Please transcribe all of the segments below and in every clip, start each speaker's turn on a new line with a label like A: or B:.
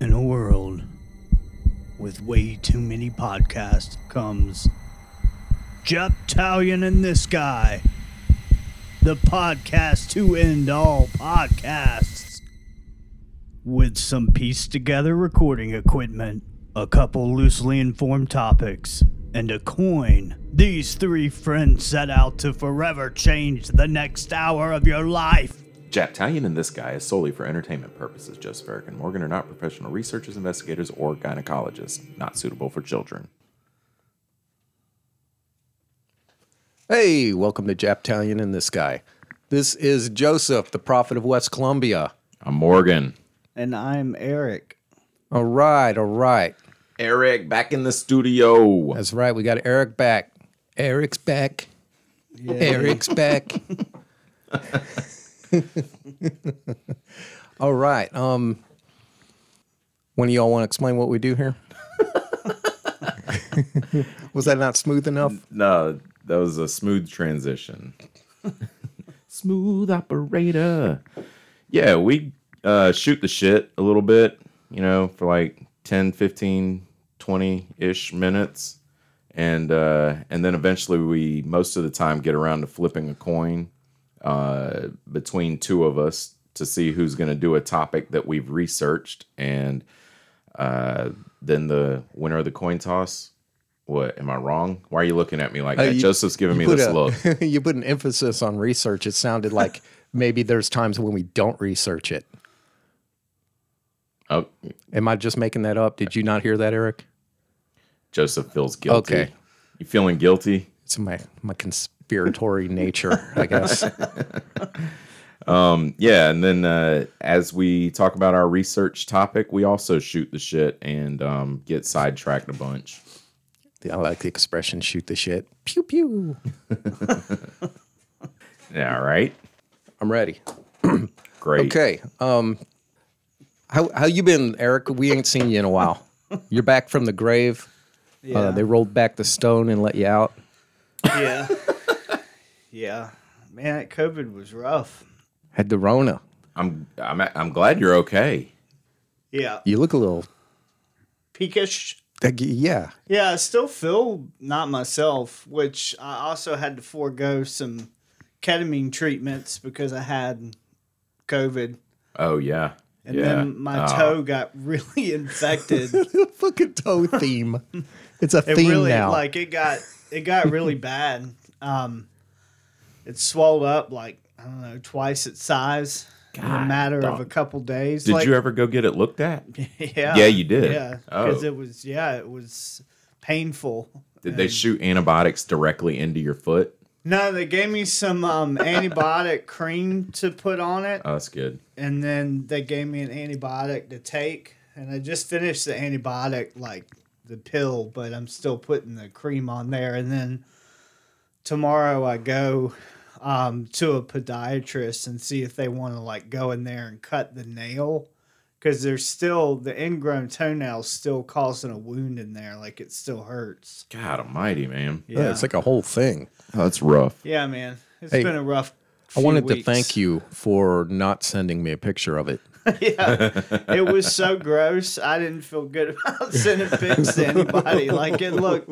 A: In a world with way too many podcasts comes Jep Talion and this guy, the podcast to end all podcasts. With some pieced together recording equipment, a couple loosely informed topics, and a coin, these three friends set out to forever change the next hour of your life.
B: Japtalion and this guy is solely for entertainment purposes. Joseph Eric and Morgan are not professional researchers, investigators, or gynecologists. Not suitable for children.
C: Hey, welcome to Japtalion and this guy. This is Joseph, the prophet of West Columbia.
B: I'm Morgan.
A: And I'm Eric.
C: All right, all right.
B: Eric, back in the studio.
C: That's right. We got Eric back. Eric's back. Eric's back. all right. Um one of y'all want to explain what we do here? Was that not smooth enough?
B: No, that was a smooth transition. smooth operator. Yeah, we uh, shoot the shit a little bit, you know, for like 10, 15, 20 ish minutes. And uh, and then eventually we most of the time get around to flipping a coin uh, between two of us to see who's going to do a topic that we've researched, and uh, then the winner of the coin toss. What am I wrong? Why are you looking at me like
C: Uh,
B: that?
C: you-
B: Joseph's giving me
C: put
B: this
C: a-
B: look.
C: you put an emphasis on research. It sounded like maybe there's times when we don't research it.
B: Oh,
C: Am I just making that up? Did you not hear that, Eric?
B: Joseph feels guilty.
C: Okay.
B: You feeling guilty?
C: It's my my conspiratory nature, I guess.
B: Yeah, and then uh, as we talk about our research topic, we also shoot the shit and um, get sidetracked a bunch.
C: I like the expression "shoot the shit." Pew pew.
B: Yeah, all right.
C: I'm ready.
B: Great.
C: Okay. Um, how how you been, Eric? We ain't seen you in a while. You're back from the grave. Uh, they rolled back the stone and let you out.
A: yeah. Yeah. Man, that COVID was rough.
C: Had the Rona.
B: I'm I'm I'm glad you're okay.
A: Yeah.
C: You look a little.
A: Peakish.
C: Yeah.
A: Yeah, I still feel not myself, which I also had to forego some ketamine treatments because I had COVID.
B: Oh yeah.
A: And
B: yeah.
A: then my
B: Uh,
A: toe got really infected.
C: Fucking toe theme. It's a
A: it
C: theme
A: really
C: now.
A: like it got it got really bad. Um it swelled up like I don't know, twice its size in a
B: God,
A: matter of
B: dog.
A: a couple days.
B: Did
A: like,
B: you ever go get it looked at?
A: Yeah.
B: Yeah, you did.
A: Yeah.
B: Oh.
A: Because it was, yeah, it was painful.
B: Did they shoot antibiotics directly into your foot?
A: No, they gave me some um, antibiotic cream to put on it,
B: Oh, that's good.
A: and then they gave me an antibiotic to take. And I just finished the antibiotic, like the pill, but I'm still putting the cream on there. And then tomorrow I go um, to a podiatrist and see if they want to like go in there and cut the nail because there's still the ingrown toenail's still causing a wound in there, like it still hurts.
B: God Almighty, man.
C: Yeah, it's like a whole thing.
B: Oh, that's rough.
A: Yeah, man. it's
C: Hey,
A: been a rough.
C: I
A: few
C: wanted to
A: weeks.
C: thank you for not sending me a picture of it.
A: It was so gross. I didn't feel good about sending pics to anybody. Like it looked,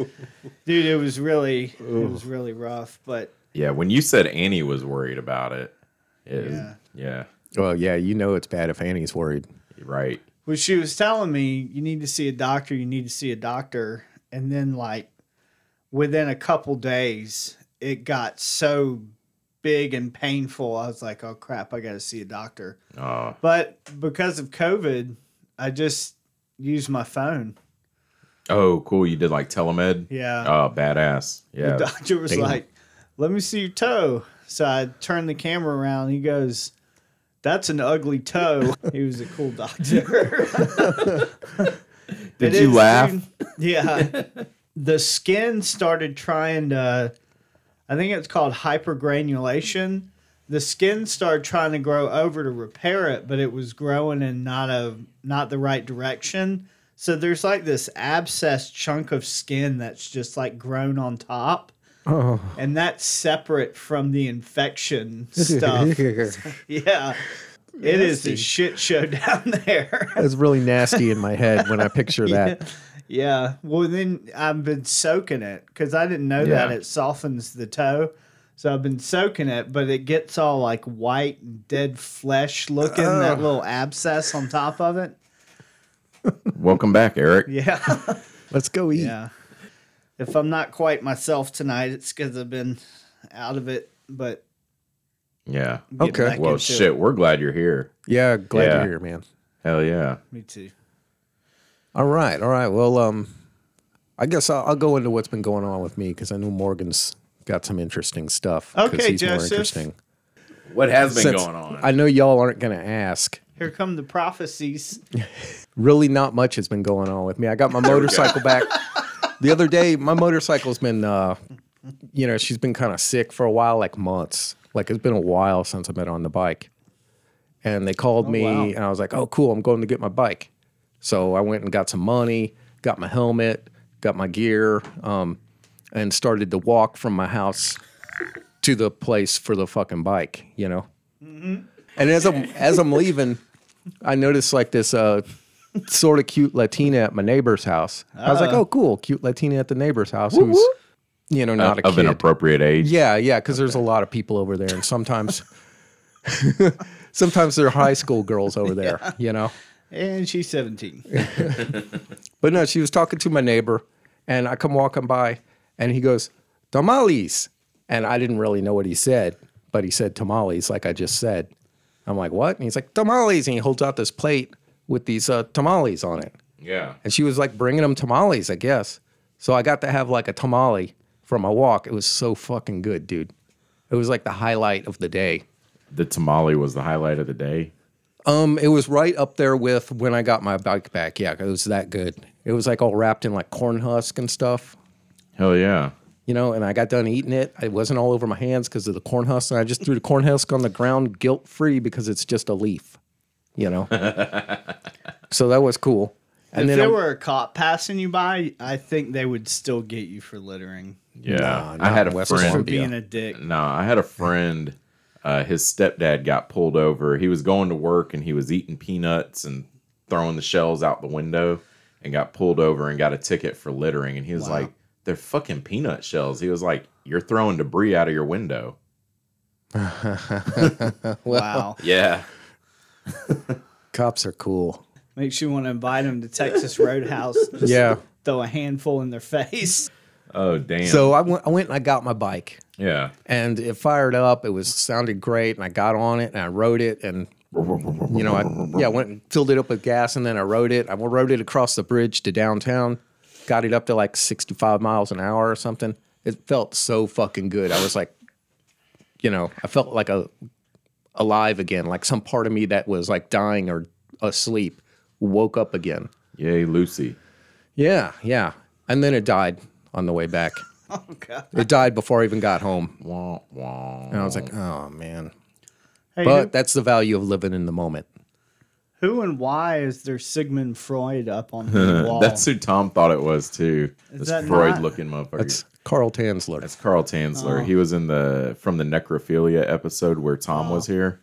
A: dude. It was really, it was really rough. But
B: Yeah, when you said Annie was worried about it, it
A: Yeah.
B: yeah,
C: Well, yeah, you know it's bad if Annie's worried.
B: you're right.
A: when she was telling me, you need to see a doctor. You need to see a doctor. And then like within a couple days, it got so big and painful. I was like, oh crap, I got to see a doctor.
B: Oh,
A: But because of COVID, I just used my phone.
B: oh, cool. You did like telemed.
A: Yeah.
B: Oh, badass. Yeah.
A: The doctor was
C: Damn.
A: like, "Let me see your toe." So I turned the camera around. He goes, "That's an ugly toe." he was a cool doctor.
B: Did
A: It
B: you
A: is,
B: laugh?
A: dude. Yeah. the skin started trying to. I think it's called hypergranulation. The skin started trying to grow over to repair it, but it was growing in not a not the right direction. So there's like this abscess chunk of skin that's just like grown on top
C: Oh.
A: and that's separate from the infection stuff. yeah, It is a shit show down there.
C: That's really nasty in my head when I picture that.
A: yeah. Well, then I've been soaking it because I didn't know that
B: Yeah.
A: it softens the toe. So I've been soaking it, but it gets all like white, and dead flesh looking, that little abscess on top of it.
B: Welcome back, Eric.
A: Yeah.
C: Let's go eat.
A: Yeah. If I'm not quite myself tonight, it's because I've been out of it. But
B: Yeah.
A: getting
C: Okay.
A: back
B: Well,
A: into
B: shit. We're glad you're here.
C: Yeah, glad
B: Yeah.
C: you're here, man.
B: Hell yeah.
A: it. Me too.
C: All right, all right. Well, um, I guess I'll, I'll go into what's been going on with me because I know Morgan's got some interesting stuff. 'cause
A: Okay,
C: he's
A: Joseph.
B: What has been
C: Since
B: going on?
C: I know y'all aren't going to ask.
A: Here come the prophecies.
C: Really, not much has been going on with me. I got my motorcycle back the other day. My motorcycle's been, uh, you know, she's been kind of sick for a while, like months. Like it's been a while since I've been on the bike. And they called me,
A: wow.
C: and I was like, "Oh, cool! I'm going to get my bike." So I went and got some money, got my helmet, got my gear, um, and started to walk from my house to the place for the fucking bike, you know. And as I'm as I'm leaving, I noticed like this uh, sort of cute Latina at my neighbor's house. I was like, "Oh, cool, cute Latina at the neighbor's house who's you know not a
B: of
C: kid."
B: an appropriate age.
C: yeah, yeah, because there's a lot of people over there, and sometimes sometimes there are high school girls over there, you know.
A: And she's 17.
C: But no, she was talking to my neighbor, and I come walking by, and he goes, tamales. And I didn't really know what he said, but he said tamales, like I just said. I'm like, what? And he's like, tamales. And he holds out this plate with these uh, tamales on it.
B: Yeah.
C: And she was like bringing him tamales, I guess. So I got to have like a tamale for my walk. It was so fucking good, dude. It was like the highlight of the day.
B: The tamale was the highlight of the day.
C: Um, it was right up there with when I got my bike back. Yeah, 'cause it was that good. It was like all wrapped in like corn husk and stuff,
B: Hell yeah.
C: you know. And I got done eating it. It wasn't all over my hands because of the corn husk, and I just threw the corn husk on the ground, guilt free, because it's just a leaf, you know. so that was cool. And
A: if
C: then
A: there
C: I'm-
A: were a cop passing you by, I think they would still get you for littering,
B: Yeah.
C: Nah,
B: I had
C: not
B: a
C: West
A: for
B: friend.
C: Columbia.
A: being a dick.
B: No, I had a friend. Uh, his stepdad got pulled over. He was going to work and he was eating peanuts and throwing the shells out the window and got pulled over and got a ticket for littering. And he was like, they're fucking peanut shells. He was like, you're throwing debris out of your window.
A: wow.
B: Yeah.
C: cops are cool.
A: Makes you want to invite them to Texas Roadhouse. Just
C: Yeah.
A: Throw a handful in their face.
B: Oh, damn.
C: So I went. I went and I got my bike,
B: yeah.
C: and it fired up. It was sounded great, and I got on it and I rode it and you know, I yeah, I went and filled it up with gas and then I rode it. I rode it across the bridge to downtown, got it up to like 65 miles an hour or something. It felt so fucking good. I was like, you know, I felt like a alive again, like some part of me that was like dying or asleep woke up again.
B: Yay, Lucy.
C: Yeah, yeah. And then it died on the way back.
A: Oh, God.
C: It died before I even got home.
B: Wah, wah.
C: And I was like, oh man.
A: Hey,
C: But that's the value of living in the moment.
A: who, who and why is there Sigmund Freud up on the wall?
B: That's who Tom thought it was, too. this
A: that not-
B: Freud looking motherfucker.
C: That's Carl Tansler.
B: That's Carl
C: Oh.
B: Tansler. He was in the from the necrophilia episode where Tom was here.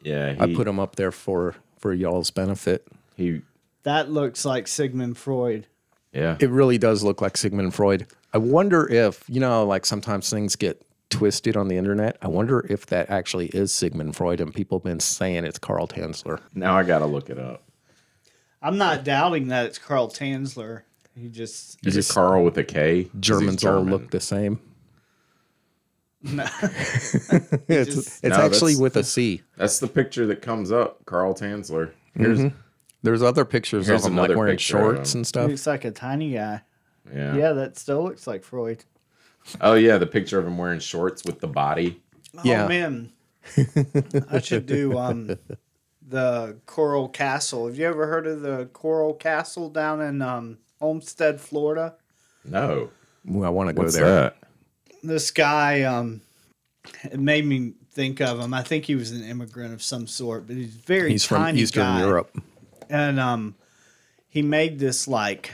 B: Yeah, he,
C: Oh. I put him up there for for y'all's benefit.
B: he
A: that looks like Sigmund Freud.
B: yeah.
C: It really does look like Sigmund Freud. I wonder if you know, like sometimes things get twisted on the internet. I wonder if that actually is Sigmund Freud, and people have been saying it's Carl Tansler.
B: now I gotta look it up.
A: I'm not doubting that it's Carl Tansler. He just
B: Is it Carl with a K? 'Cause he's
C: Germans all
B: German.
C: look the same.
A: No.
C: it's
A: just-
C: it's
B: No,
C: actually
B: that's-
C: with a C.
B: That's the picture that comes up. Carl Tansler.
C: Mm-hmm.
B: Here's
C: There's other pictures
B: Here's
C: of him like
B: another
C: wearing
B: picture of
C: shorts
B: him.
C: and stuff.
A: looks like a tiny guy.
B: yeah.
A: Yeah, that still looks like Freud.
B: Oh yeah, the picture of him wearing shorts with the body.
C: Yeah.
A: Oh man, I should do um the Coral Castle. Have you ever heard of the Coral Castle down in um, Homestead, Florida?
B: No,
C: Ooh, I want to go
B: what's
C: there.
B: that?
A: This guy, um, it made me think of him. I think he was an immigrant of some sort, but he's a very
C: He's from
A: tiny
C: Eastern
A: guy.
C: Europe.
A: and um, he made this like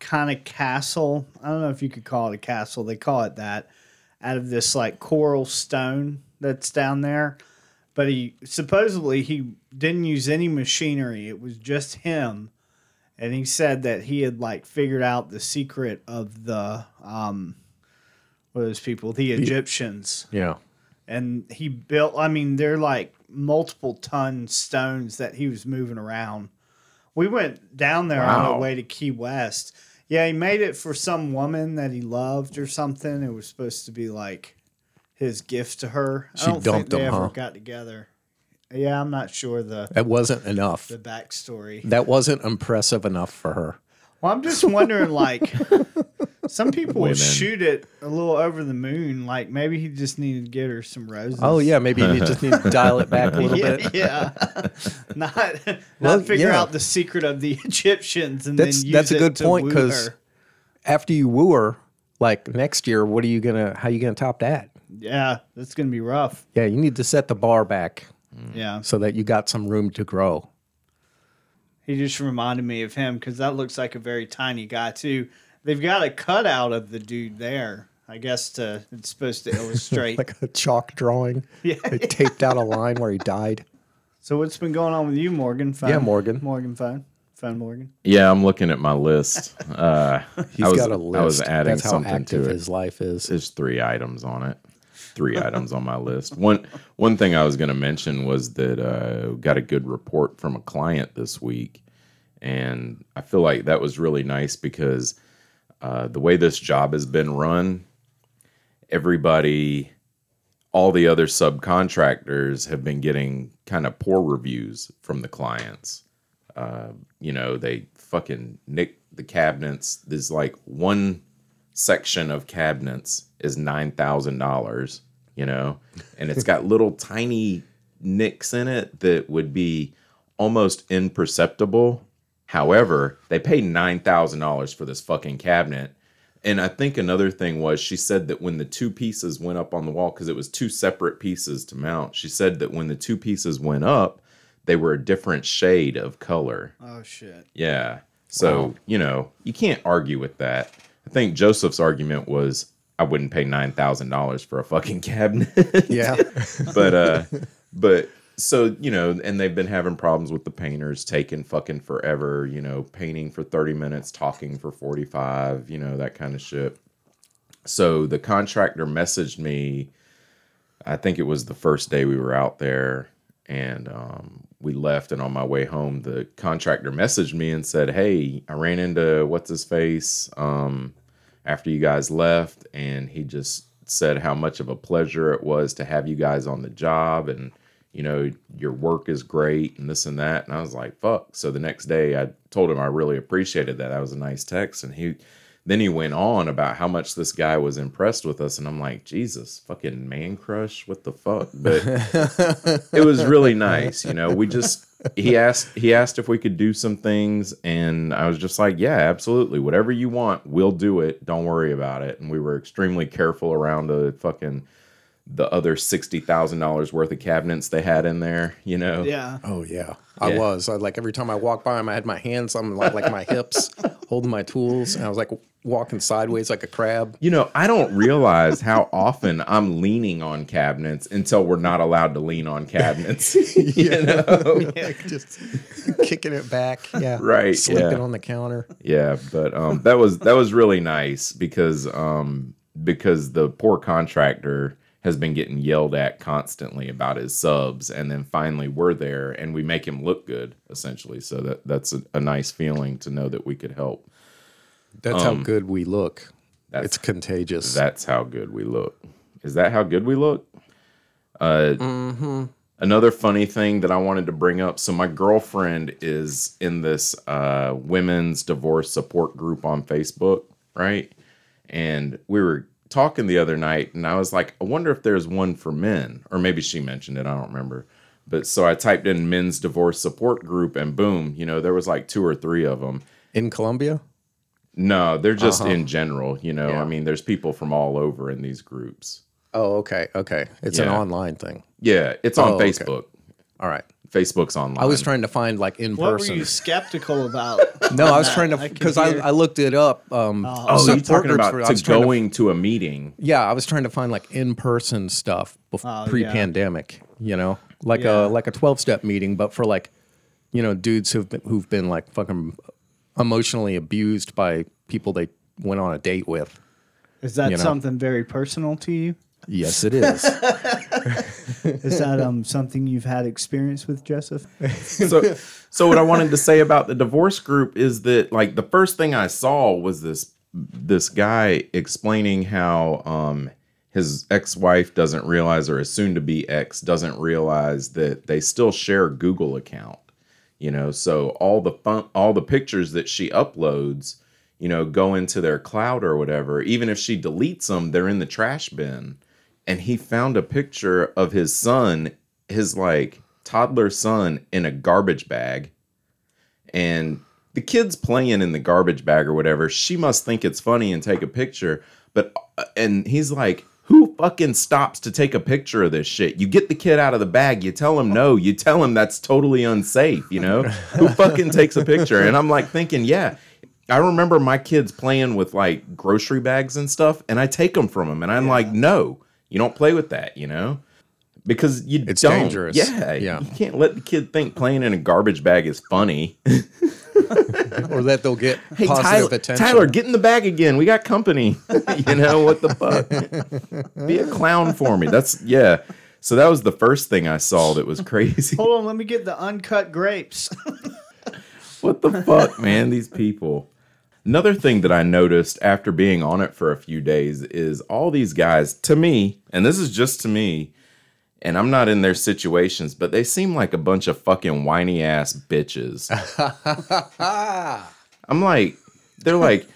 A: kind of castle. I don't know if you could call it a castle. They call it that out of this like coral stone that's down there. But he supposedly he didn't use any machinery. It was just him, and he said that he had like figured out the secret of the um, what are those people, the Egyptians,
C: Yeah.
A: and he built. I mean, they're like multiple ton stones that he was moving around. We went down there on the
B: Wow.
A: way to Key West. Yeah, he made it for some woman that he loved or something. It was supposed to be like his gift to her.
C: She
A: I don't think
C: dumped
A: they
C: him,
A: ever
C: huh?
A: got together. Yeah, I'm not sure the
C: That wasn't enough.
A: the backstory.
C: That wasn't impressive enough for her.
A: Well, I'm just wondering, like, some people will
B: Women.
A: shoot it a little over the moon. Like, maybe he just needed to get her some roses.
C: Oh yeah, maybe you just need to dial it back a little
A: yeah,
C: bit.
A: yeah. not not
C: Well,
A: figure
C: yeah.
A: out the secret of the Egyptians and
C: That's
A: then use
C: that's a
A: it
C: good
A: to
C: point
A: woo
C: because
A: her.
C: after you woo her, like next year, what are you gonna? How you gonna top that?
A: yeah, that's gonna be rough.
C: Yeah, you need to set the bar back
A: Yeah,
C: so that you got some room to grow.
A: he just reminded me of him because that looks like a very tiny guy too. They've got a cutout of the dude there, I guess. To it's supposed to illustrate.
C: Like a chalk drawing.
A: Yeah.
C: They taped out a line where he died.
A: so what's been going on with you, Morgan? Phone?
C: Yeah, Morgan.
A: Morgan, phone, phone, Morgan.
B: Yeah, I'm looking at my list. Uh,
C: He's
B: I was,
C: got a list.
B: I was adding
C: That's how
B: something
C: active
B: to it.
C: his life is.
B: There's three items on it. Three items on my list. One one thing I was going to mention was that uh, got a good report from a client this week, and I feel like that was really nice because uh, the way this job has been run, everybody, all the other subcontractors have been getting kind of poor reviews from the clients Uh, you know, they fucking nick the cabinets. There's like one section of cabinets is nine thousand dollars, you know, and it's got little tiny nicks in it that would be almost imperceptible. However, they pay nine thousand dollars for this fucking cabinet. And I think another thing was she said that when the two pieces went up on the wall, because it was two separate pieces to mount, she said that when the two pieces went up, they were a different shade of color.
A: Oh shit.
B: Yeah. So, you know, you can't argue with that. I think Joseph's argument was I wouldn't pay $9,000 for a fucking cabinet.
C: yeah.
B: but uh but so, you know, and they've been having problems with the painters taking fucking forever, you know, painting for 30 minutes, talking for 45, you know, that kind of shit. So the contractor messaged me I think it was the first day we were out there and um, we left. And on my way home, the contractor messaged me and said, Hey, I ran into what's his face um, after you guys left. And he just said how much of a pleasure it was to have you guys on the job. And, you know, your work is great and this and that. And I was like, Fuck. So the next day, I told him I really appreciated that. That was a nice text. And he, then he went on about how much this guy was impressed with us and i'm like jesus fucking man crush what the fuck but it was really nice you know we just he asked he asked if we could do some things and i was just like yeah absolutely whatever you want we'll do it don't worry about it and we were extremely careful around the fucking the other $60000 worth of cabinets they had in there you know
A: Yeah.
C: Oh yeah, I
B: Yeah.
C: was. I like every time I walked by him, I had my hands on like, like my hips, holding my tools, and I was like walking sideways like a crab.
B: You know, I don't realize how often I'm leaning on cabinets until we're not allowed to lean on cabinets. you know?
C: like just kicking it back. Yeah.
B: Right,
C: Sleeping
B: yeah.
C: on the counter.
B: Yeah, but um, that was that was really nice because um, because the poor contractor has been getting yelled at constantly about his subs, and then finally we're there and we make him look good essentially. So that that's a, a nice feeling to know that we could help.
C: That's how good we look.
B: Um, that's-
C: It's contagious.
B: That's how good we look. Is that how good we look? Uh, Another funny thing that I wanted to bring up. So my girlfriend is in this uh, women's divorce support group on Facebook, right? And we were talking the other night, and I was like, I wonder if there's one for men, or maybe she mentioned it. I don't remember. But so I typed in men's divorce support group, and boom, you know, there was like two or three of them.
C: In Colombia,
B: No, they're just in general. You know,
C: Uh-huh. Yeah.
B: I mean, there's people from all over in these groups.
C: Oh, okay, okay. It's an
B: Yeah.
C: online thing.
B: Yeah, it's on
C: Oh, okay.
B: Facebook.
C: All right.
B: Facebook's online.
C: I was trying to find like in
A: What were
C: person.
A: you skeptical about?
C: no, I was trying to
A: I can
C: because I,
A: hear-
C: I, looked it up. Um,
B: Oh, you're
C: support
B: talking
C: groups
B: about
C: for- I was
B: to
C: trying
B: going to a meeting.
C: Yeah, I was trying to find like in person stuff bef-
A: Oh, yeah.
C: pre pandemic, you know? like
A: Yeah.
C: a like a twelve step meeting, but for like you know dudes who've been, who've been like fucking emotionally abused by people they went on a date with.
A: Is that
C: You know.
A: something very personal to you?
C: Yes, it is.
A: Is that um something you've had experience with, Joseph?
B: so so what I wanted to say about the divorce group is that like the first thing I saw was this this guy explaining how um his ex-wife doesn't realize or his soon to be ex doesn't realize that they still share a Google account. You know, so all the fun, all the pictures that she uploads, you know, go into their cloud or whatever. Even if she deletes them, they're in the trash bin. And he found a picture of his son, his like toddler son, in a garbage bag. And the kid's playing in the garbage bag or whatever. She must think it's funny and take a picture. But, uh, and he's like, who fucking stops to take a picture of this shit? You get the kid out of the bag, you tell him no, you tell him that's totally unsafe, you know? who fucking takes a picture? And I'm like thinking, yeah, I remember my kids playing with like grocery bags and stuff, and I take them from them, and I'm like, no, you don't play with that, you know, because you
C: It's
B: don't.
C: dangerous.
B: Yeah,
C: Yeah.
B: You can't let the kid think playing in a garbage bag is funny.
C: or that they'll get
B: Hey,
C: positive
B: Tyler,
C: attention.
B: Tyler, get in the bag again. We got company. you know what the fuck? Be a clown for me. That's yeah. So that was the first thing I saw that was crazy.
A: Hold on, let me get the uncut grapes.
B: What the fuck, man? These people. Another thing that I noticed after being on it for a few days is all these guys, to me, and this is just to me, and I'm not in their situations, but they seem like a bunch of fucking whiny ass bitches. I'm like, they're like,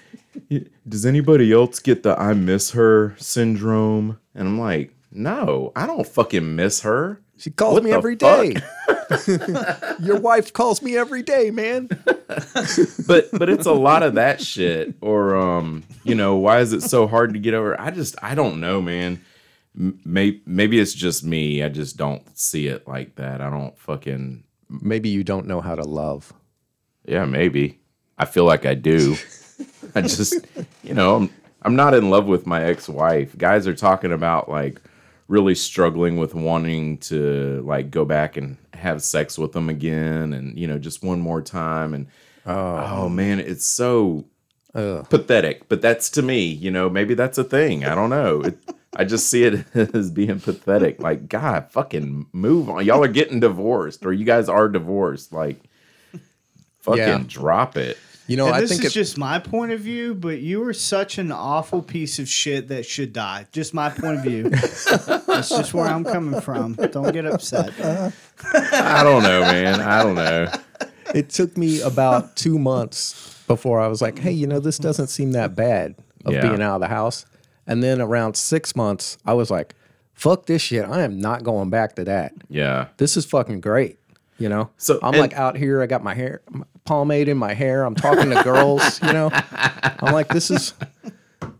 B: does anybody else get the I miss her syndrome? And I'm like, no, I don't fucking miss her.
C: she calls
B: What
C: me
B: the
C: every
B: fuck?
C: day. Your wife calls me every day, man.
B: but but it's a lot of that shit or um you know why is it so hard to get over i just i don't know man maybe maybe it's just me i just don't see it like that i don't fucking
C: Maybe you don't know how to love.
B: yeah maybe i feel like i do i just you know i'm i'm not in love with my ex-wife guys are talking about like really struggling with wanting to like go back and have sex with them again and you know just one more time and oh man it's so
C: Ugh.
B: pathetic, but that's to me, you know, maybe that's a thing. I don't know. It, I just see it as being pathetic. Like, God, fucking move on. Y'all are getting divorced, or you guys are divorced. Like, fucking
C: Yeah.
B: drop it.
C: You know,
A: And
C: Oh, I
A: this
C: think
A: is
C: it,
A: just my point of view, but you are such an awful piece of shit that should die. Just my point of view. That's just where I'm coming from. Don't get upset.
B: I don't know, man. I don't know.
C: it took me about two months before I was like, hey, you know, this doesn't seem that bad of
B: Yeah.
C: being out of the house. And then around six months, I was like, fuck this shit. I am not going back to that.
B: Yeah.
C: This is fucking great. You know,
B: So-
C: I'm
B: and-
C: like out here. I got my hair my pomade in my hair. I'm talking to girls. You know, I'm like, this is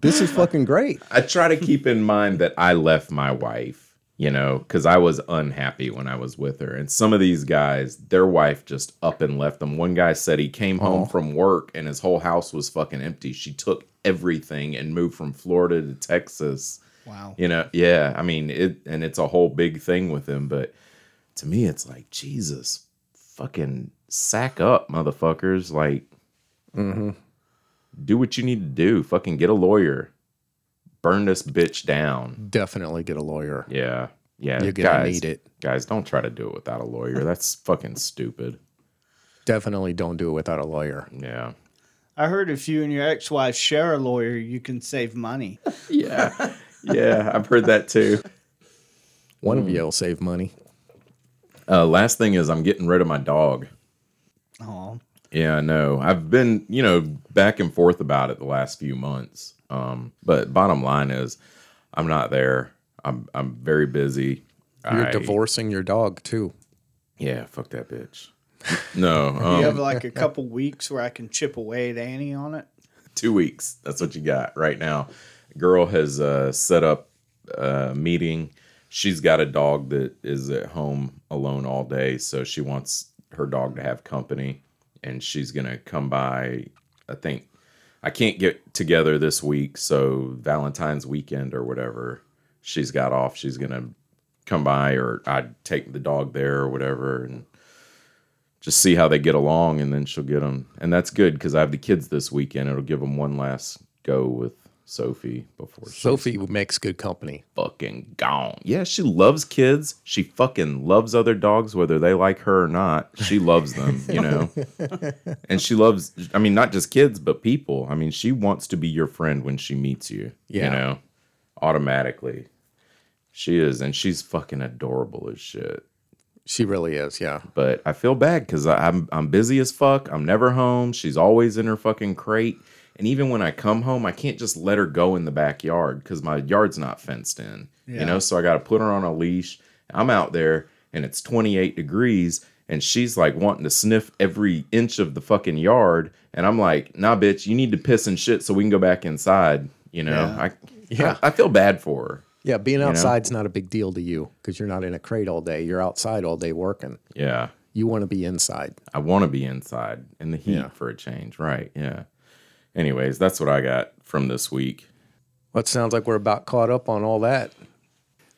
C: this is fucking great.
B: I try to keep in mind that I left my wife, you know, because I was unhappy when I was with her. And some of these guys, their wife just up and left them. One guy said he came home from work and his whole house was fucking empty. She took everything and moved from Florida to Texas.
A: Wow.
B: You know, yeah. I mean, it, and it's a whole big thing with him. But to me, it's like, Jesus, fucking sack up, motherfuckers. Like,
C: Mm-hmm.
B: do what you need to do. Fucking get a lawyer. Burn this bitch down.
C: Definitely get a lawyer.
B: Yeah. Yeah.
C: You're gonna
B: guys,
C: need it.
B: Guys, don't try to do it without a lawyer. That's fucking stupid.
C: Definitely don't do it without a lawyer.
B: Yeah.
A: I heard if you and your ex wife share a lawyer, you can save money.
B: Yeah. yeah. I've heard that too.
C: One of you will save money.
B: Uh, last thing is, I'm getting rid of my dog.
C: Um.
A: Oh,
B: Yeah, I know. I've been, you know, back and forth about it the last few months. Um, but bottom line is, I'm not there. I'm I'm very busy.
C: You're
B: I-
C: divorcing your dog too.
B: Yeah, fuck that bitch. No,
A: you
B: um,
A: have like a couple weeks where I can chip away at Annie on it.
B: two weeks. That's what you got right now. Girl has uh, set up a uh, meeting. She's got a dog that is at home alone all day, so she wants her dog to have company, and she's gonna come by. I think I can't get together this week, so Valentine's weekend or whatever she's got off, she's gonna come by or I'd take the dog there or whatever and just see how they get along and then she'll get them. And that's good because I have the kids this weekend. It'll give them one last go with Sophie before she
C: Sophie makes good company.
B: fucking gone. Yeah, she loves kids. She fucking loves other dogs, whether they like her or not. She loves them, you know? and she loves, I mean, not just kids, but people. I mean, she wants to be your friend when she meets you,
C: Yeah.
B: you know, automatically. She is, and she's fucking adorable as shit.
C: She really is. Yeah.
B: But I feel bad because I'm I'm busy as fuck. I'm never home. She's always in her fucking crate. And even when I come home, I can't just let her go in the backyard because my yard's not fenced in.
A: Yeah.
B: You know, so I got to put her on a leash. I'm out there and it's 28 degrees and she's like wanting to sniff every inch of the fucking yard. And I'm like, nah, bitch, you need to piss and shit so we can go back inside. You know,
A: Yeah.
B: I,
C: Yeah.
B: I I feel bad for her.
C: Yeah. Being
B: know?
C: outside's not a big deal to you because you're not in a crate all day. You're outside all day working.
B: Yeah.
C: You want to be inside.
B: I want to be inside in the heat
C: Yeah.
B: for a change. Right. Yeah. Anyways, that's what I got from this week.
C: Well, it sounds like we're about caught up on all that.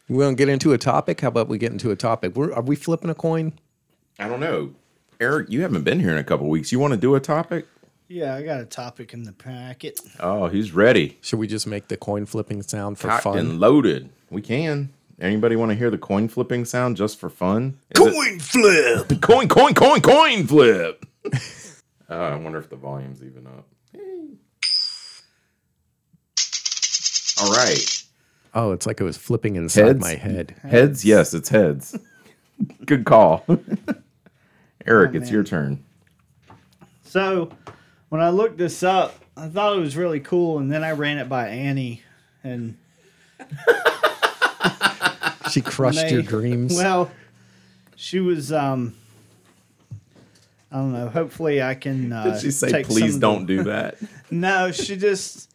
C: We don't get into a topic. How about we get into a topic? We're, are we flipping a coin?
B: I don't know. Eric, you haven't been here in a couple weeks. You want to do a topic?
A: Yeah, I got a topic in the packet.
B: Oh, he's ready.
C: Should we just make the coin flipping sound for
B: Cocked
C: fun?
B: and loaded. We can. Anybody want to hear the coin flipping sound just for fun? Is it-
D: Coin flip.
B: coin, coin, coin, coin flip. uh, I wonder if the volume's even up. All right.
C: Oh, it's like it was flipping inside
B: Heads?
C: my head.
B: Heads? Yes, it's heads. Good call.
A: Oh,
B: Eric, it's your turn.
A: So when I looked this up, I thought it was really cool, and then I ran it by Annie, and
C: She crushed
A: They-
C: your dreams.
A: Well, she was. um I don't know. Hopefully, I can. Uh,
B: Did she say,
A: take some
B: please
A: of the-
B: don't do that?
A: No, she just.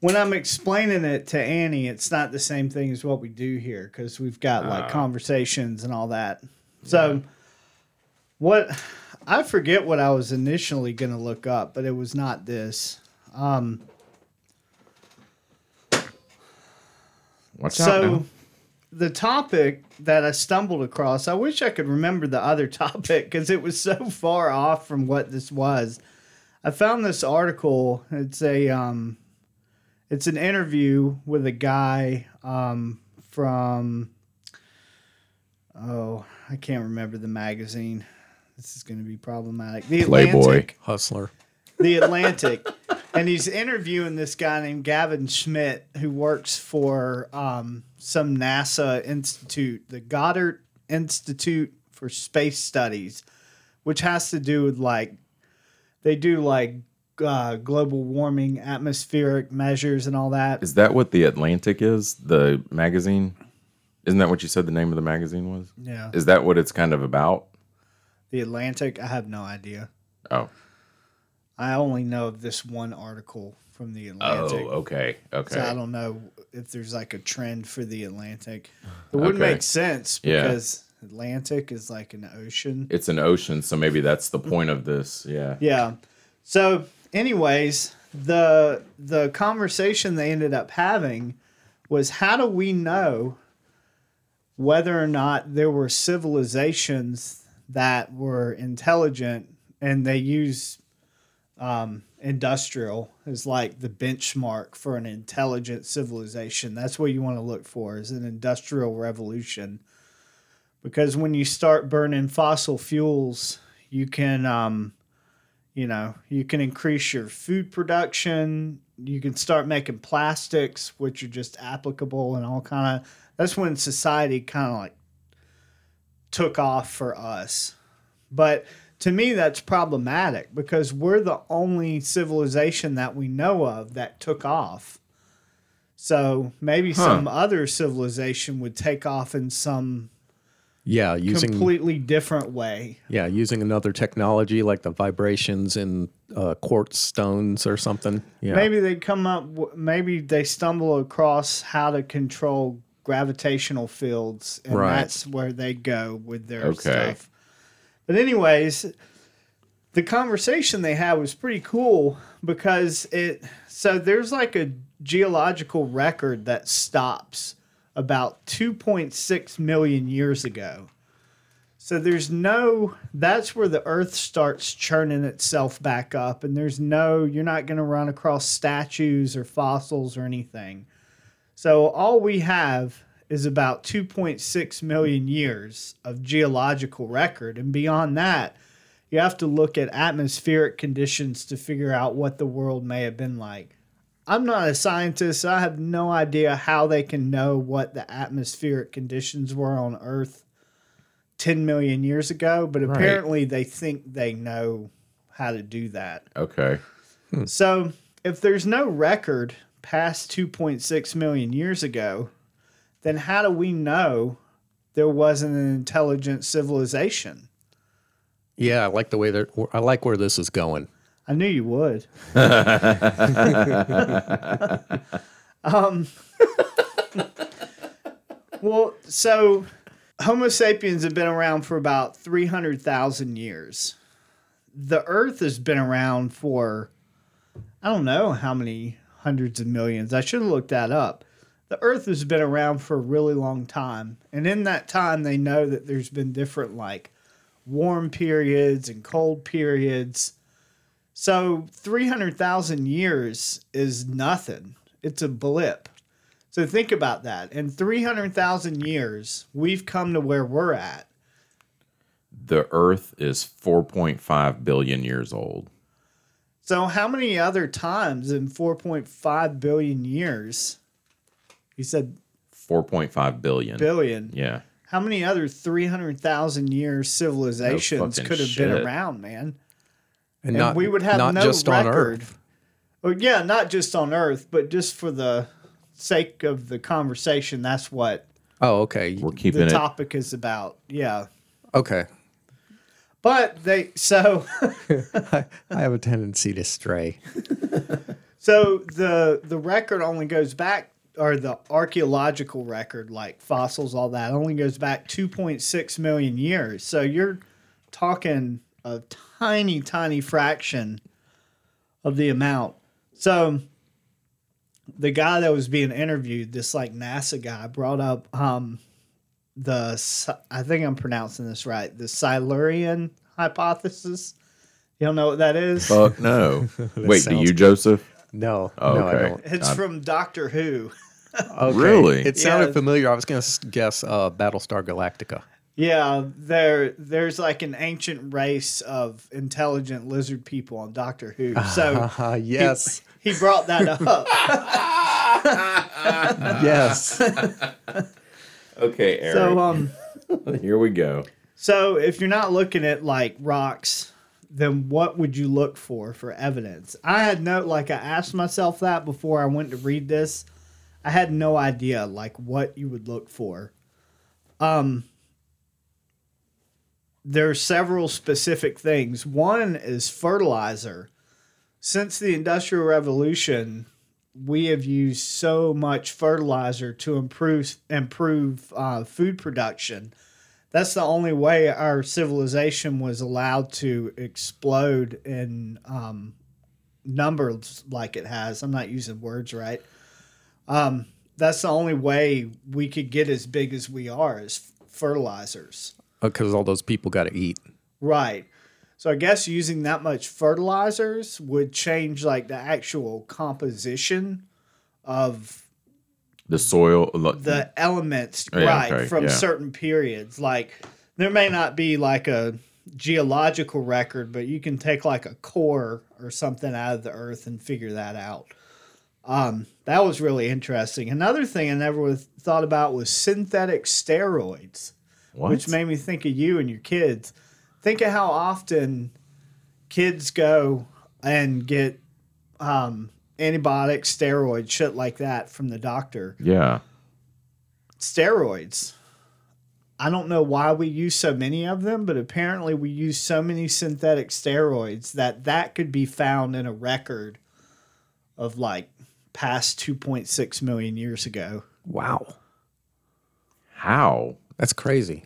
A: When I'm explaining it to Annie, it's not the same thing as what we do here because we've got like
B: Oh.
A: conversations and all that. So, what I forget what I was initially going to look up, but it was not this. Um,
B: Watch out.
A: so
B: now.
A: the topic that I stumbled across, I wish I could remember the other topic because it was so far off from what this was. I found this article. It's a um, it's an interview with a guy um, from oh I can't remember the magazine. This is going to be problematic. The
B: Playboy.
A: Atlantic.
C: Hustler.
A: The Atlantic. and he's interviewing this guy named Gavin Schmidt, who works for um, some NASA institute, the Goddard Institute for Space Studies, which has to do with like, they do like uh, global warming, atmospheric measures, and all that.
B: Is that what the Atlantic is? The magazine? Isn't that what you said the name of the magazine was?
A: Yeah.
B: Is that what it's kind of about?
A: The Atlantic, I have no idea.
B: Oh.
A: I only know of this one article from The
B: Oh,
A: Atlantic.
B: okay. Okay.
A: So I don't know if there's like a trend for the Atlantic. It wouldn't
B: Okay.
A: make sense
B: Yeah.
A: because Atlantic is like an ocean.
B: it's an ocean, so maybe that's the point of this. Yeah.
A: Yeah. So, anyways, the the conversation they ended up having was how do we know whether or not there were civilizations that were intelligent and they use um, industrial as like the benchmark for an intelligent civilization. That's what you want to look for is an industrial revolution. Because when you start burning fossil fuels, you can um, you know you can increase your food production you can start making plastics which are just applicable and all kind of that's when society kind of like took off for us but to me that's problematic because we're the only civilization that we know of that took off so maybe
B: Huh.
A: some other civilization would take off in some
C: Yeah, using
A: completely different way
C: yeah using another technology like the vibrations in uh, quartz stones or something. Yeah.
A: Maybe they come up. w- Maybe they stumble across how to control gravitational fields, and
C: Right.
A: that's where they go with their
B: Okay.
A: stuff. But anyways, the conversation they had was pretty cool because it. So there's like a geological record that stops about 2.6 million years ago. So there's no, that's where the earth starts churning itself back up. And there's no, you're not going to run across statues or fossils or anything. So all we have is about 2.6 million years of geological record. And beyond that, you have to look at atmospheric conditions to figure out what the world may have been like. I'm not a scientist. So I have no idea how they can know what the atmospheric conditions were on Earth 10 million years ago, but apparently they think they know how to do that.
B: Okay.
A: So, if there's no record past 2.6 million years ago, then how do we know there wasn't an intelligent civilization?
C: Yeah, I like the way that I like where this is going.
A: I knew you would. um, well, so Homo sapiens have been around for about 300,000 years. The Earth has been around for, I don't know how many hundreds of millions. I should have looked that up. The Earth has been around for a really long time. And in that time, they know that there's been different, like, warm periods and cold periods. So 300,000 years is nothing. It's a blip. So think about that. In 300,000 years, we've come to where we're at.
B: The Earth is 4.5 billion years old.
A: So how many other times in 4.5 billion years? He said
B: 4.5 billion.
A: billion.
B: Yeah.
A: How many other 300,000 year civilizations
B: fucking
A: could have been
B: shit.
A: around, man?
C: And,
A: and
C: not,
A: we would have
C: not
A: no
C: just
A: record.
C: on Earth.
A: Well, yeah, not just on Earth, but just for the sake of the conversation, that's what
C: Oh, okay.
B: We're
A: the
B: keeping it.
A: topic is about. Yeah,
C: Okay.
A: but they so
C: I have a tendency to stray.
A: so the the record only goes back, or the archaeological record, like fossils, all that, only goes back two point six million years. So you're talking a tiny, tiny fraction of the amount. So the guy that was being interviewed, this like NASA guy, brought up um the Sil- I think I'm pronouncing this right, the Silurian hypothesis. You don't know what that is?
B: Fuck no. Wait, do
C: sounds-
B: you, Joseph?
C: No,
B: Oh,
C: no, I
B: okay.
C: don't.
A: It's from Doctor Who.
C: Okay.
B: Really?
C: It
A: Yeah.
C: sounded familiar. I was going to guess uh, Battlestar Galactica.
A: Yeah, there there's like an ancient race of intelligent lizard people on Doctor Who. So
C: Uh, yes.
A: he brought that up.
C: yes.
B: Okay, Eric.
A: so um
B: Here we go.
A: so if you're not looking at like rocks, then what would you look for for evidence? I had no like I asked myself that before I went to read this. I had no idea like what you would look for. Um there are several specific things. One is fertilizer. Since the industrial revolution, we have used so much fertilizer to improve improve uh, food production. That's the only way our civilization was allowed to explode in um, numbers like it has. I'm not using words right. Um, that's the only way we could get as big as we are is fertilizers.
C: Because Uh, all those people got to eat.
A: Right. So I guess using that much fertilizers would change like the actual composition of
B: The soil. uh, lo-
A: the elements
B: Oh, Yeah,
A: right
B: okay,
A: from
B: yeah.
A: certain periods. Like there may not be like a geological record, but you can take like a core or something out of the earth and figure that out. Um, that was really interesting. Another thing I never would have thought about was synthetic steroids
B: what?
A: which made me think of you and your kids. Think of how often kids go and get um, antibiotics, steroids, shit like that from the doctor.
B: yeah.
A: Steroids. I don't know why we use so many of them, but apparently we use so many synthetic steroids that that could be found in a record of like past 2.6 million years ago.
C: Wow.
B: How?
C: That's crazy.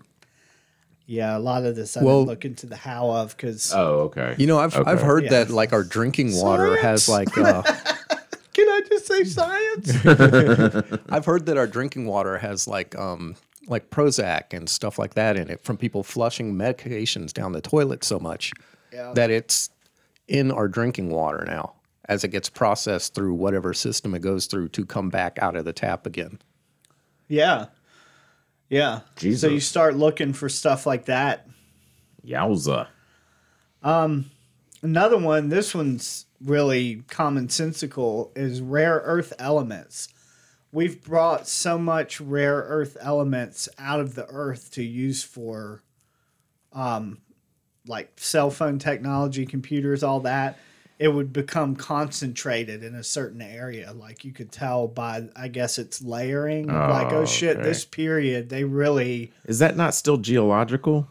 A: Yeah, a lot of this I
C: Well-
A: didn't look into the how of because
B: Oh, okay.
C: You know, I've,
B: Okay.
C: I've heard
A: Yeah.
C: that like our drinking water has
A: Science.
C: like uh,
A: Can I just say say science?
C: I've heard that our drinking water has like um like Prozac and stuff like that in it from people flushing medications down the toilet so much
A: Yeah.
C: that it's in our drinking water now as it gets processed through whatever system it goes through to come back out of the tap again.
A: yeah. Yeah. So you
B: Jesus.
A: start looking for stuff like that.
B: Yowza.
A: Another one, this one's really commonsensical, is rare earth elements. We've brought so much rare earth elements out of the earth to use for um like cell phone technology, computers, all that. It would become concentrated in a certain area. Like you could tell by I guess it's layering. like, oh shit,
B: okay.
A: this period they really
B: Is that not still geological?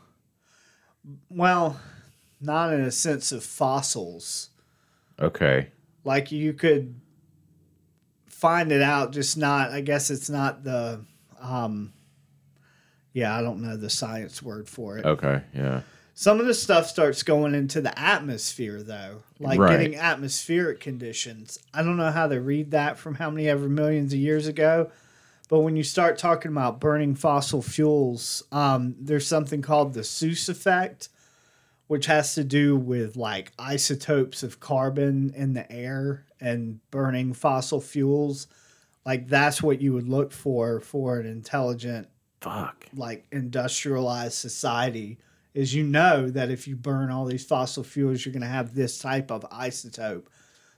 A: well, not in a sense of fossils.
B: Okay.
A: like you could find it out just not i guess it's not the um yeah i don't know the science word for it
B: Okay. Yeah.
A: some of the stuff starts going into the atmosphere though like
B: Right.
A: getting atmospheric conditions i don't know how they read that from how many ever millions of years ago but when you start talking about burning fossil fuels um, there's something called the seuss effect which has to do with like isotopes of carbon in the air and burning fossil fuels like that's what you would look for for an intelligent
B: Fuck.
A: like industrialized society is you know that if you burn all these fossil fuels you're going to have this type of isotope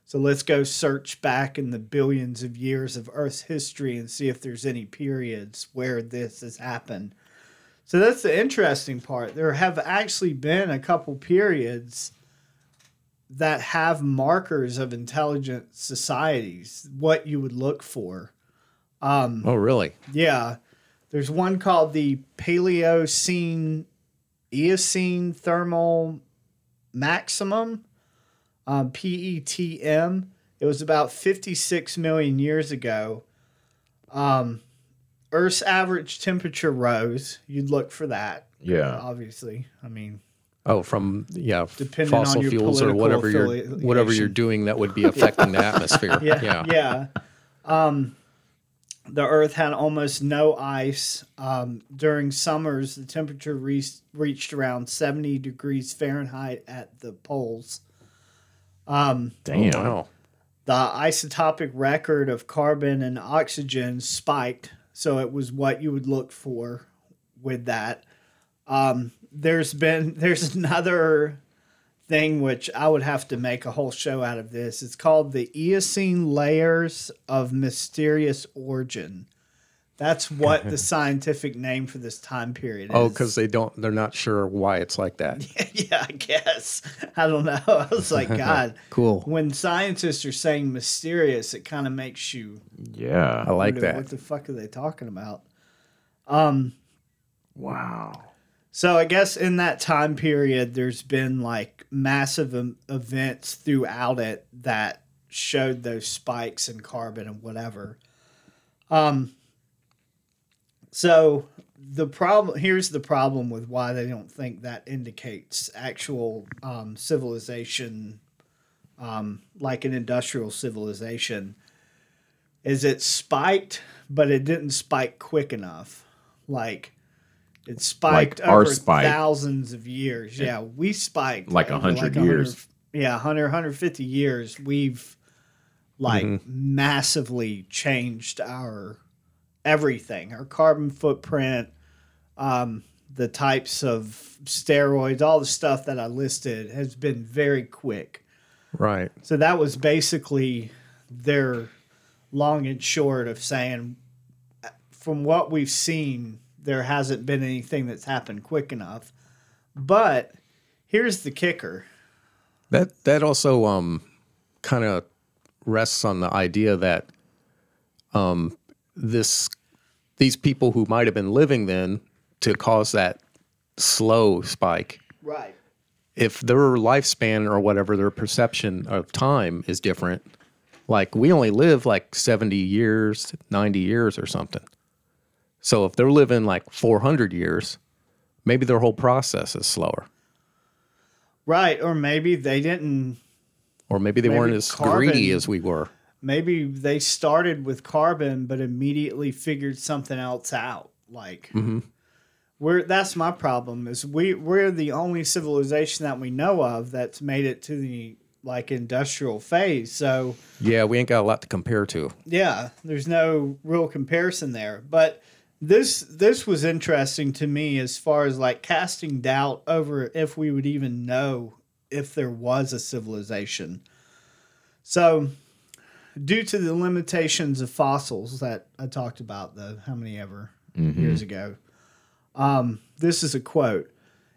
A: so let's go search back in the billions of years of earth's history and see if there's any periods where this has happened so that's the interesting part there have actually been a couple periods that have markers of intelligent societies what you would look for um,
C: Oh really?
A: yeah. There's one called the Paleocene Eocene Thermal Maximum, um, PETM. It was about 56 million years ago. Um, Earth's average temperature rose. You'd look for that,
B: Yeah.
A: obviously. I mean,
C: Oh, from yeah,
A: Depending
C: fossil
A: on your
C: fuels or
A: political
C: whatever you're whatever you're
A: affiliation.
C: doing that would be affecting the atmosphere.
A: yeah, yeah. Um, the Earth had almost no ice. Um, during summers, the temperature re- reached around 70 degrees Fahrenheit at the poles. Um,
B: Damn.
C: Oh, wow.
A: the isotopic record of carbon and oxygen spiked. So it was what you would look for with that. Um, there's been there's another thing which I would have to make a whole show out of this. It's called the Eocene layers of mysterious origin. That's what the scientific name for this time period is.
C: Oh, because they don't they're not sure why it's like that.
A: yeah, I guess. I don't know. I was like, God.
C: Cool.
A: when scientists are saying mysterious, it kind of makes you
B: Yeah.
C: I like
A: wonder, What
C: that.
A: the fuck are they talking about? Um,
B: Wow.
A: so I guess in that time period, there's been like massive em- events throughout it that showed those spikes in carbon and whatever. Um, so the problem here's the problem with why they don't think that indicates actual um, civilization, um, like an industrial civilization, is it spiked, but it didn't spike quick enough, like. It spiked
B: our
A: over
B: spike.
A: thousands of years. Yeah, we spiked
B: Like
A: over,
B: 100
A: 100
B: years.
A: yeah, 100 150 years. We've like
B: Mm-hmm.
A: massively changed our everything, our carbon footprint, um, the types of steroids, all the stuff that I listed has been very quick.
C: Right.
A: So that was basically their long and short of saying, from what we've seen, there hasn't been anything that's happened quick enough. But here's the kicker.
C: That that also um kind of rests on the idea that um this these people who might have been living then to cause that slow spike
A: Right.
C: if their lifespan or whatever their perception of time is different like we only live like 70 years 90 years or something so if they're living like 400 years maybe their whole process is slower
A: Right, or maybe they didn't.
C: or maybe they
A: Maybe
C: weren't as
A: carbon-
C: greedy as we were
A: maybe they started with carbon but immediately figured something else out like we're that's my problem is we we're the only civilization that we know of that's made it to the like industrial phase so
C: Yeah, we ain't got a lot to compare to.
A: yeah there's no real comparison there but this this was interesting to me as far as like casting doubt over if we would even know if there was a civilization so due to the limitations of fossils that i talked about the how many ever years ago um, this is a quote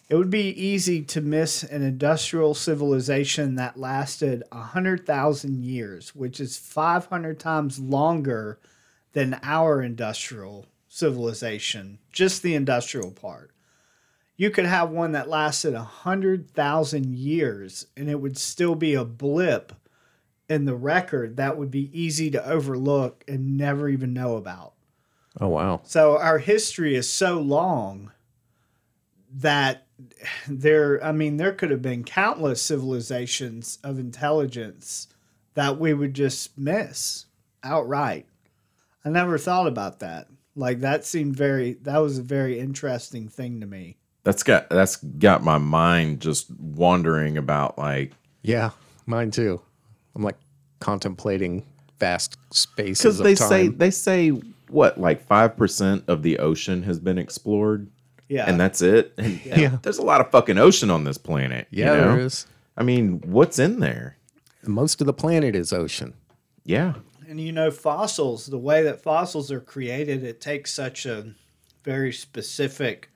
A: it would be easy to miss an industrial civilization that lasted 100,000 years, which is 500 times longer than our industrial civilization, just the industrial part. You could have one that lasted 100,000 years and it would still be a blip in the record that would be easy to overlook and never even know about.
C: Oh wow.
A: So our history is so long that there I mean there could have been countless civilizations of intelligence that we would just miss outright. I never thought about that. Like that seemed very that was a very interesting thing to me.
B: That's got that's got my mind just wandering about like
C: Yeah, mine too. I'm like contemplating vast spaces.
B: because
C: of
B: they
C: time.
B: say they say what like five percent of the ocean has been explored,
A: Yeah.
B: and that's it. And
C: Yeah.
B: there's a lot of fucking ocean on this planet. you
C: yeah,
B: know?
C: there is.
B: I mean, what's in there?
C: Most of the planet is ocean.
B: Yeah,
A: and you know fossils the way that fossils are created it takes such a very specific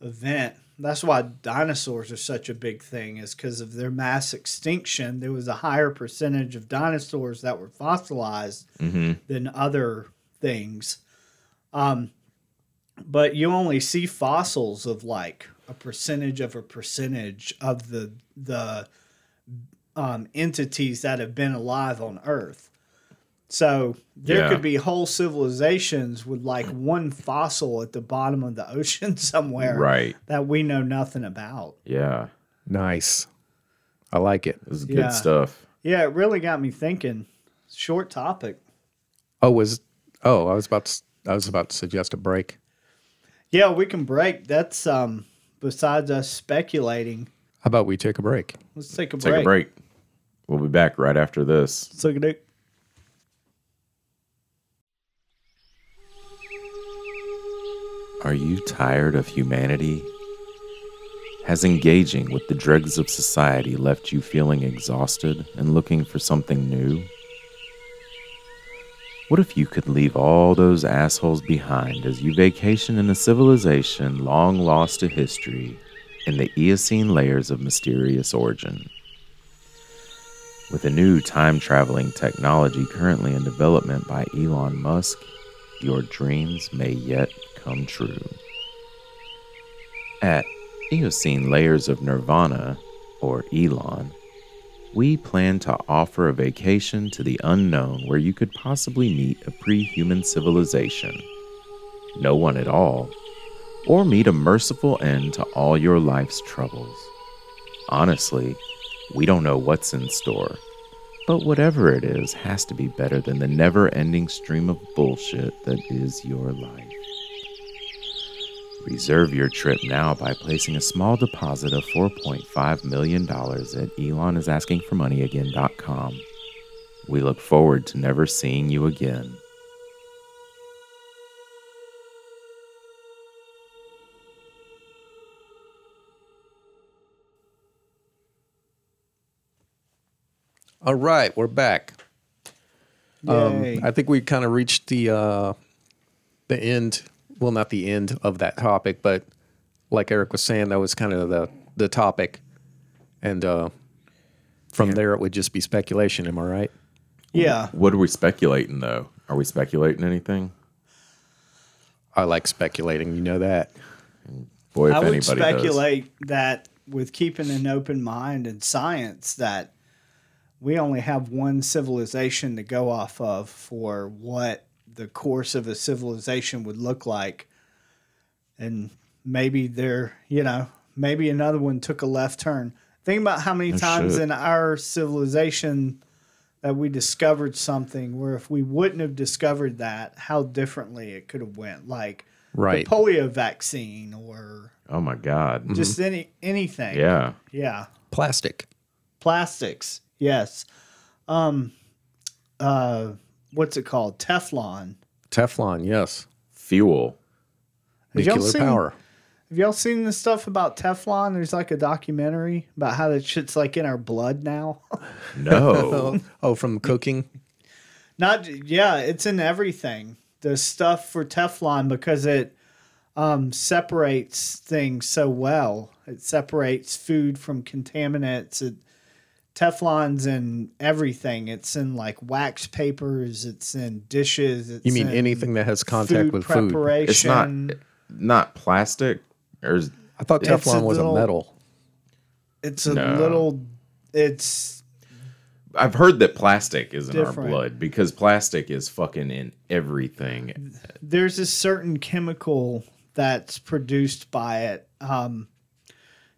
A: event that's why dinosaurs are such a big thing is because of their mass extinction there was a higher percentage of dinosaurs that were fossilized
B: Mm-hmm.
A: than other things um, but you only see fossils of like a percentage of a percentage of the the um, entities that have been alive on earth so there
B: Yeah.
A: could be whole civilizations with like one fossil at the bottom of the ocean somewhere
B: right.
A: that we know nothing about.
B: Yeah,
C: Nice. I like it.
B: it was
A: Yeah.
B: good stuff.
A: Yeah, it really got me thinking. Short topic.
C: Oh, was oh, I was about to, s- I was about to suggest a break.
A: Yeah, we can break. That's um besides us speculating.
C: How about we take a break?
A: Let's take a
B: Take
A: break.
B: a break. We'll be back right after this.
A: Let's take a break.
B: Are you tired of humanity? Has engaging with the dregs of society left you feeling exhausted and looking for something new? What if you could leave all those assholes behind as you vacation in a civilization long lost to history in the Eocene layers of mysterious origin? With a new time traveling technology currently in development by Elon Musk, your dreams may yet come true. At Eocene Layers of Nirvana, or Elon, we plan to offer a vacation to the unknown where you could possibly meet a pre human civilization, no one at all, or meet a merciful end to all your life's troubles. Honestly, we don't know what's in store, but whatever it is has to be better than the never ending stream of bullshit that is your life. Reserve your trip now by placing a small deposit of $4.5 million at ElonIsAskingForMoneyAgain.com. We look forward to never seeing you again.
C: All right, we're back.
A: Yay.
C: Um, I think we kind of reached the uh, the end. Well, not the end of that topic, but like Eric was saying, that was kind of the the topic, and uh, from there it would just be speculation. Am I right?
A: yeah.
B: What are we speculating, though? Are we speculating anything?
C: I like speculating. You know that.
B: Boy, if
A: I
B: anybody
A: would speculate that with keeping an open mind in science that we only have one civilization to go off of for what the course of a civilization would look like and maybe there you know maybe another one took a left turn think about how many
B: No
A: times
B: shit.
A: in our civilization that we discovered something where if we wouldn't have discovered that, how differently it could have went, like
C: Right.
A: the polio vaccine or
B: Oh my god.
A: just any anything.
B: yeah.
A: yeah,
C: Plastic.
A: plastics. Yes. Um. Uh. What's it called? Teflon.
C: Teflon, yes.
B: Fuel.
A: Have y'all
C: Nuclear
A: seen-
C: power.
A: Have y'all seen the stuff about Teflon? There's like a documentary about how that shit's like in our blood now.
B: No.
C: Oh, oh, from cooking?
A: Not yeah, it's in everything. The stuff for Teflon because it um, separates things so well. It separates food from contaminants. It Teflon's in everything. It's in like wax papers. It's in dishes. It's
C: You mean
A: in
C: anything that has contact with food?
A: preparation.
B: it's not not plastic or is-
C: I thought
A: It's a
C: Teflon was
A: little-
C: a metal.
A: It's a
B: No.
A: little. It's
B: I've heard that plastic is in our
A: Different.
B: blood because plastic is fucking in everything.
A: there's a certain chemical that's produced by it. Um,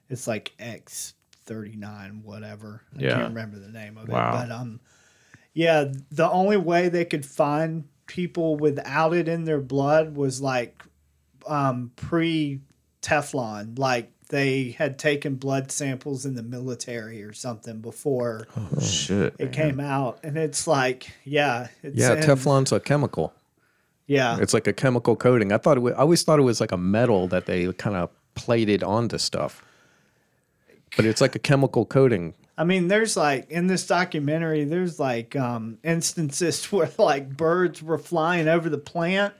A: it's like X thirty nine, whatever. I
B: Yeah.
A: can't remember the name of
B: Wow.
A: it. But um, yeah, the only way they could find people without it in their blood was like um, pre Teflon, like they had taken blood samples in the military or something before
B: Shit.
A: Mm-hmm. it
B: Oh, man.
A: came out, and it's like, yeah, it's
C: Yeah,
A: in-
C: Teflon's a chemical.
A: yeah,
C: It's like a chemical coating. I thought it was, I always thought it was like a metal that they kind of plated onto stuff. But it's like a chemical coating.
A: I mean, there's like in this documentary, there's like um, instances where like birds were flying over the plant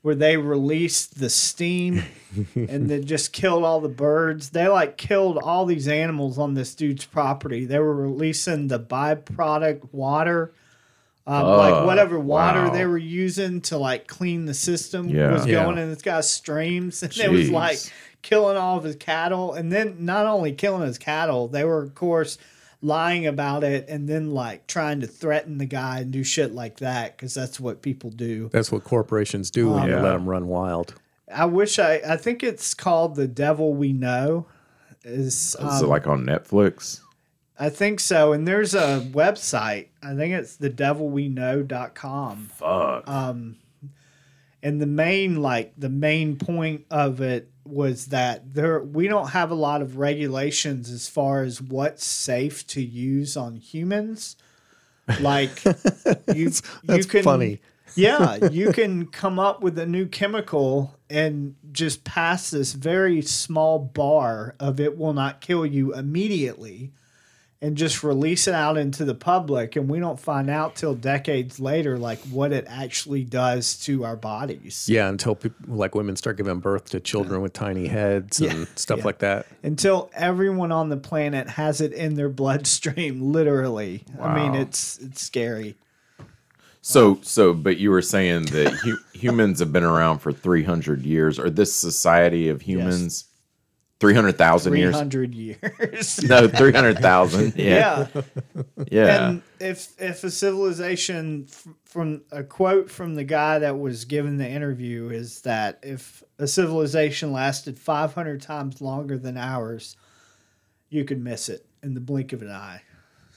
A: where they released the steam and then just killed all the birds. They like killed all these animals on this dude's property. They were releasing the byproduct water, um, like
B: Fuck,
A: whatever water
B: wow.
A: they were using to like clean the system
B: Yeah.
A: was
C: Yeah.
A: going in this guy's streams. And it was
B: Jeez.
A: like killing all of his cattle and then not only killing his cattle they were of course lying about it and then like trying to threaten the guy and do shit like that because that's what people do
C: That's what corporations do when you
B: Yeah.
C: let them run wild.
A: i wish i i think it's called the devil we know is
B: Is it
A: um,
B: like on Netflix?
A: i think so and there's a website i think it's the devil we know.com
B: Fuck.
A: Um, and the main like the main point of it was that there we don't have a lot of regulations as far as what's safe to use on humans like you, you
C: That's
A: can
C: funny.
A: yeah you can come up with a new chemical and just pass this very small bar of it will not kill you immediately and just release it out into the public and we don't find out till decades later like what it actually does to our bodies
C: Yeah, until people, like women start giving birth to children with tiny heads and stuff like that.
A: until everyone on the planet has it in their bloodstream literally i mean
B: Wow.
A: it's it's scary
B: So, so, but you were saying that hu- humans have been around for 300 years, or this society of humans, 300,000 years?
A: 300 years
B: No, 300,000. Yeah.
A: yeah
B: Yeah.
A: and if if a civilization f- from a quote from the guy that was given the interview is that if a civilization lasted 500 times longer than ours you could miss it in the blink of an eye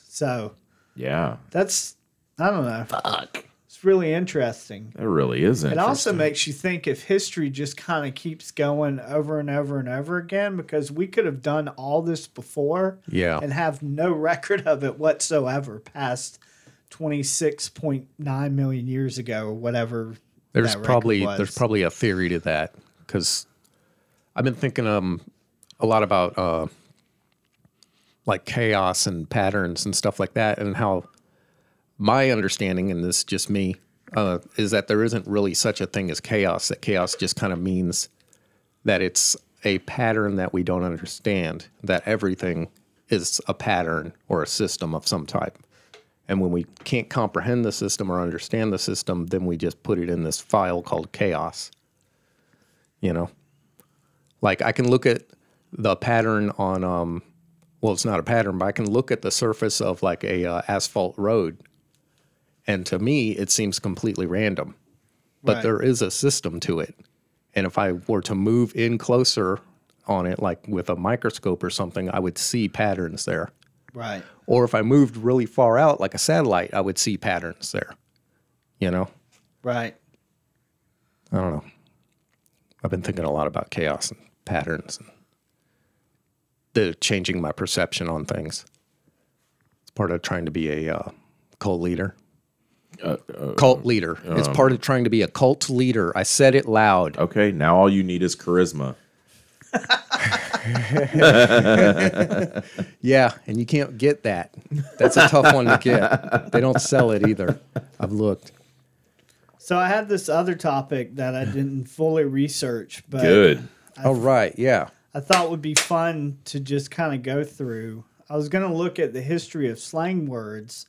A: so
B: yeah.
A: that's i don't know fuck it's really interesting
B: That really is
A: It
B: interesting.
A: also makes you think if history just kind of keeps going over and over and over again, because we could have done all this before
C: Yeah.
A: and have no record of it whatsoever past 26.9 million years ago or whatever.
C: There's
A: that record
C: probably
A: was.
C: there's probably a theory to that because I've been thinking um a lot about uh like chaos and patterns and stuff like that and how my understanding and this is just me uh, is that there isn't really such a thing as chaos that chaos just kind of means that it's a pattern that we don't understand that everything is a pattern or a system of some type and when we can't comprehend the system or understand the system, then we just put it in this file called chaos. You know? Like I can look at the pattern on um well, it's not a pattern, but I can look at the surface of like a uh, asphalt road and to me it seems completely random. But
A: Right.
C: there is a system to it. And if I were to move in closer on it like with a microscope or something, I would see patterns there
A: Right.
C: Or if I moved really far out like a satellite, I would see patterns there. You know?
A: Right.
C: I don't know. I've been thinking a lot about chaos and patterns and the changing my perception on things. It's part of trying to be a uh, cult leader.
B: Uh,
C: cult leader. it's part of trying to be a cult leader. I said it loud.
B: Okay, now all you need is charisma.
C: Yeah, and you can't get that. That's a tough one to get. They don't sell it either. I've looked.
A: So I had this other topic that I didn't fully research, but
B: Good.
C: All Oh, right, yeah.
A: I thought would be fun to just kind of go through. I was going to look at the history of slang words.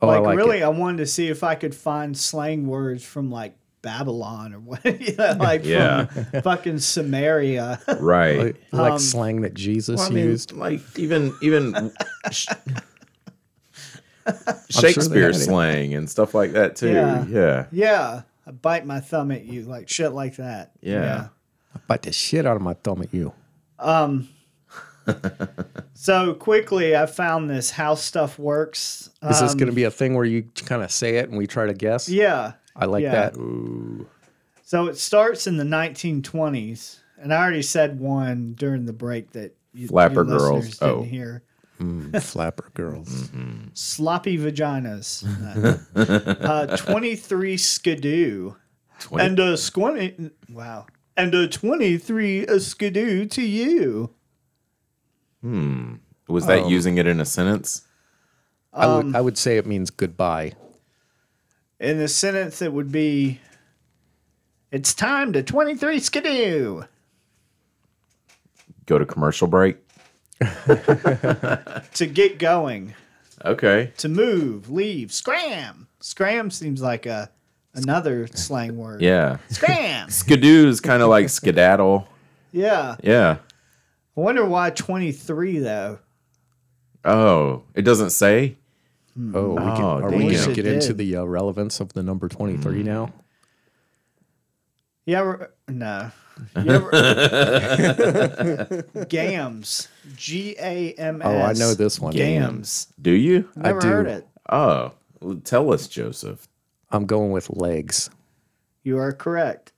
C: Oh,
A: like,
C: I like
A: really,
C: it.
A: I wanted to see if I could find slang words from like Babylon or what, you know, like
B: Yeah.
A: from fucking Samaria.
B: Right.
C: I like slang that Jesus
B: um, Well, I mean,
C: used.
B: like even even sh-
C: they
B: Shakespeare
C: had it.
B: slang and stuff like that too.
A: Yeah.
B: Yeah. yeah,
A: yeah, I bite my thumb at you, like shit like that.
B: Yeah.
C: Bite the shit out of my thumb at you.
A: Um, so quickly, I found this how stuff works.
C: Is this
A: Um,
C: going to be a thing where you kind of say it and we try to guess?
A: Yeah.
C: I like
A: yeah.
C: that.
A: So it starts in the 1920s, and I already said one during the break that you, your
B: Flapper
A: listeners
B: girls.
A: didn't
B: Oh.
A: hear.
C: Flapper girls.
A: Sloppy vaginas. uh, 23 skidoo.
B: 20
A: and a squinty. Wow. And a 23 a skidoo to you.
B: was
C: Um,
B: that using it in a sentence?
C: I,
A: Um,
C: would, I would say it means goodbye.
A: In the sentence, it would be, it's time to 23 skidoo.
B: Go to commercial break.
A: To get going.
B: Okay.
A: to move, leave, scram. Scram seems like a another slang word.
B: Yeah.
A: Scram.
B: Skidoo is kind of like skedaddle.
A: yeah.
B: Yeah.
A: I wonder why 23 though.
B: Oh, it doesn't say.
A: Mm.
C: Oh, Mm. we can,
B: Oh,
C: are we
A: damn.
C: going to get into
A: Did.
C: the uh, relevance of the number 23 now?
A: You ever no. You ever Gams. G A M S.
C: Oh, I know this one.
A: Gams.
B: Do you?
A: Never
C: do.
A: heard it.
B: Oh, well, tell us, Joseph.
C: I'm going with legs.
A: You are correct.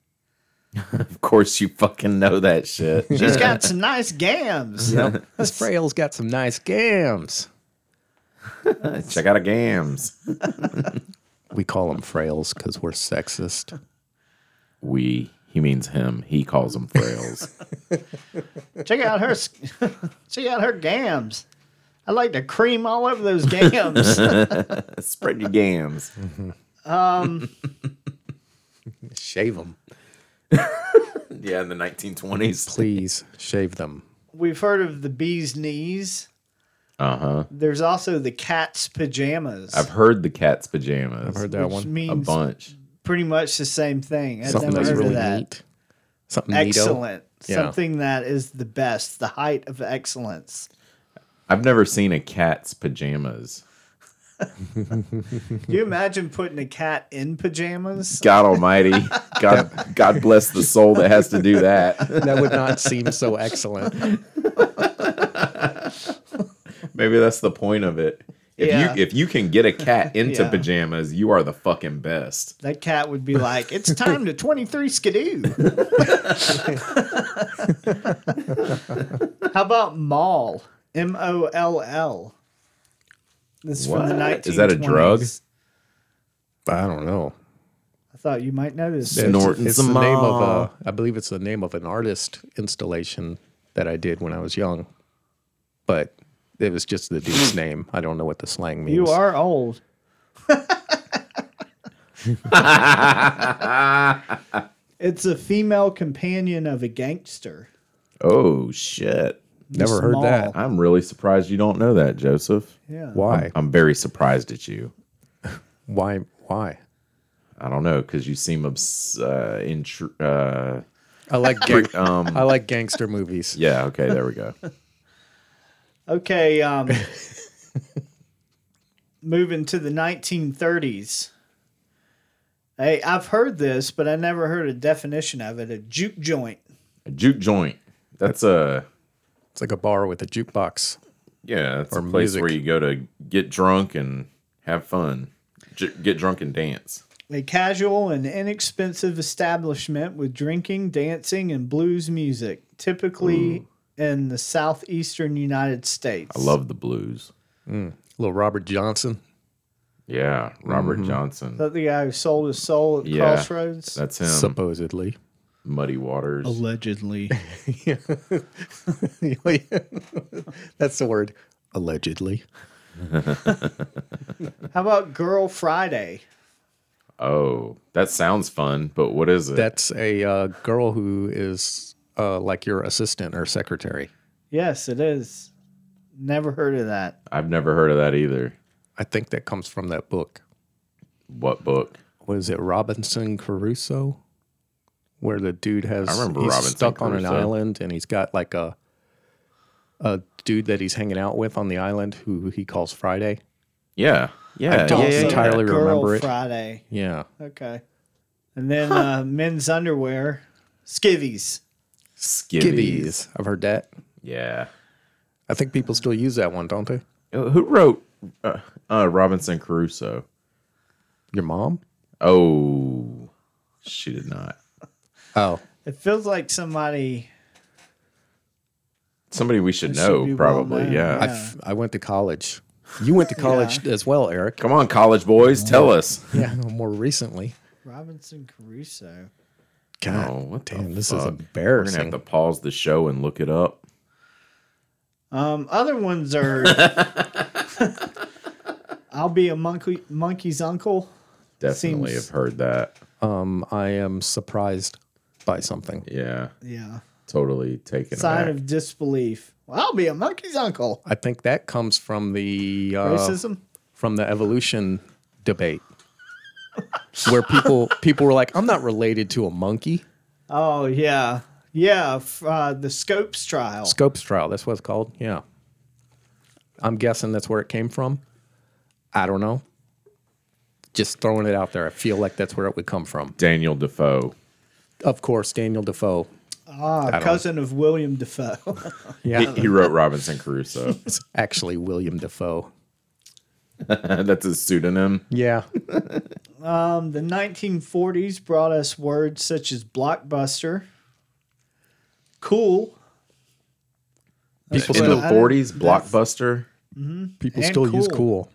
B: Of course, you fucking know that shit.
A: She's got some nice gams.
C: This frail's got some nice gams.
B: Check out a gams.
C: We call them frails because we're sexist.
B: We. He means him. He calls them frails.
A: Check out her s- check out her gams. I like to cream all over those gams.
B: Spread your gams.
C: Shave them.
B: Yeah, in the 1920s.
C: Please shave them.
A: We've heard of the bee's knees.
B: Uh huh.
A: There's also the cat's pajamas.
B: I've heard the cat's pajamas.
C: Heard that
A: which
C: one?
B: a
A: means
B: bunch.
A: pretty much the same thing. I've
C: Something
A: never
C: that's
A: heard
C: really
A: of that.
C: neat. Something neato.
A: Excellent.
C: Yeah.
A: Something that is the best, the height of excellence.
B: I've never seen a cat's pajamas.
A: Can you imagine putting a cat in pajamas?
B: God Almighty. God, God bless the soul that has to do that.
C: That would not seem so excellent.
B: Maybe that's the point of it. If
A: Yeah.
B: you if you can get a cat into
A: Yeah.
B: pajamas, you are the fucking best.
A: That cat would be like, "It's time to twenty-three skidoo." How about mall? M O L L. This is from the
B: What?
A: nineteen.
B: Is that a drug?
C: I don't know.
A: I thought you might know this.
B: Snort. Norton
C: it's the name of
B: Samal.
C: a, I believe it's the name of an artist installation that I did when I was young, but it was just the dude's name. I don't know what the slang means.
A: You are old. it's a female companion of a gangster.
B: Oh shit.
C: never heard that.
A: small.
B: I'm really surprised you don't know that, Joseph.
A: Yeah.
C: Why?
B: I'm very surprised at you.
C: Why? Why?
B: I don't know because you seem obs- uh, intr- uh,
C: I like gang-
B: um
C: I like gangster movies.
B: yeah okay there we go
A: Okay. Um, moving to the 1930s. Hey, I've heard this, but I never heard a definition of it. A juke joint.
B: a juke joint that's a
C: It's like a bar with a jukebox.
B: Yeah, it's
C: Or
B: a place
C: music.
B: where you go to get drunk and have fun, J- get drunk and dance.
A: A casual and inexpensive establishment with drinking, dancing, and blues music, typically in the southeastern United States.
B: I love the blues.
C: Little Robert Johnson.
B: Yeah, Robert Johnson.
A: Is that the guy who sold his soul at
B: Yeah.
A: Crossroads?
B: That's him.
C: Supposedly.
B: Muddy Waters.
A: Allegedly.
C: That's the word. Allegedly.
A: How about Girl Friday?
B: Oh, that sounds fun, but what is it?
C: That's a uh, girl who is uh, like your assistant or secretary.
A: Yes, it is. Never heard of that.
B: I've never heard of that either.
C: I think that comes from that book.
B: What book?
C: What is it? Robinson Crusoe? Where the dude has
B: I remember
C: he's
B: Robinson
C: stuck on an
B: Crusoe.
C: island and he's got like a a dude that he's hanging out with on the island who he calls Friday.
B: Yeah, yeah,
C: don't
B: yeah, yeah, yeah.
C: entirely
A: Girl
C: remember it.
A: Friday.
C: Yeah.
A: Okay. And then uh, men's underwear, skivvies.
B: Skivvies.
C: Gibbies. I've heard that.
B: Yeah.
C: I think people still use that one, don't they?
B: Uh, Who wrote uh, uh, Robinson Crusoe?
C: Your mom?
B: Oh, she did not.
C: Oh.
A: It feels like somebody.
B: Somebody we should
A: It should
B: know,
A: be well
B: probably.
A: known,
B: yeah.
C: I I, f- I went to college. You went to college as well, Eric.
B: Come on, college boys, tell us.
C: Yeah. More recently.
A: Robinson Crusoe.
C: God,
B: Oh, what the
C: damn, this
B: fuck?
C: is
B: We're gonna have
C: embarrassing.
B: to pause the show and look it up.
A: Um, other ones are. I'll be a monkey, monkey's uncle.
B: Definitely
A: Seems-
B: have heard that.
C: Um, I am surprised by something.
B: Yeah,
A: Yeah.
B: totally taken
A: Sign
B: aback.
A: of disbelief. Well, I'll be a monkey's uncle.
C: I think that comes from the uh,
A: Racism.
C: from the evolution debate, where people people were like, "I'm not related to a monkey."
A: Oh yeah, yeah. f- Uh, the Scopes trial.
C: Scopes trial. That's what it's called. Yeah. I'm guessing that's where it came from. I don't know. Just throwing it out there. I feel like that's where it would come from.
B: Daniel Defoe.
C: Of course, Daniel Defoe.
A: ah, cousin of William Defoe.
C: Yeah.
B: He wrote Robinson Crusoe.
C: it's actually William Defoe.
B: That's his pseudonym.
C: Yeah.
A: um, the 1940s brought us words such as blockbuster, cool,
C: People
B: In
C: still
B: the
A: I didn't-
B: forties, blockbuster.
C: people
A: and
C: still use
A: cool.
C: cool.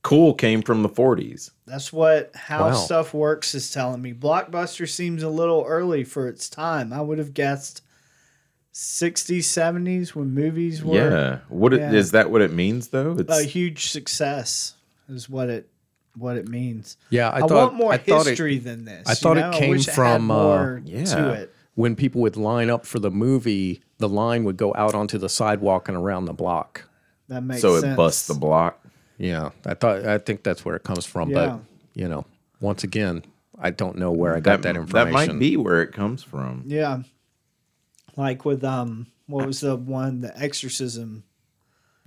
B: Cool came from the forties.
A: That's what How
C: Wow.
A: Stuff Works is telling me. Blockbuster seems a little early for its time. I would have guessed 60s, 70s when movies were
B: Yeah. What it,
A: Yeah. Oh,
B: is that? What it means though? It's
A: a huge success is what it what it means.
C: Yeah, I,
A: I,
C: thought
A: want more
C: I thought it-
A: history than this.
C: I
A: you
C: thought it
A: know? I
C: came
A: wish had
C: from, uh,
A: more to
B: yeah.
A: it.
C: when people would line up for the movie, the line would go out onto the sidewalk and around the block.
A: That makes
B: so
A: sense.
B: it busts the block.
C: Yeah, I thought I think that's where it comes from,
A: Yeah.
C: but you know, once again, I don't know where I got that, information.
B: might be where it comes from.
A: Yeah. Like with um what was the one the exorcism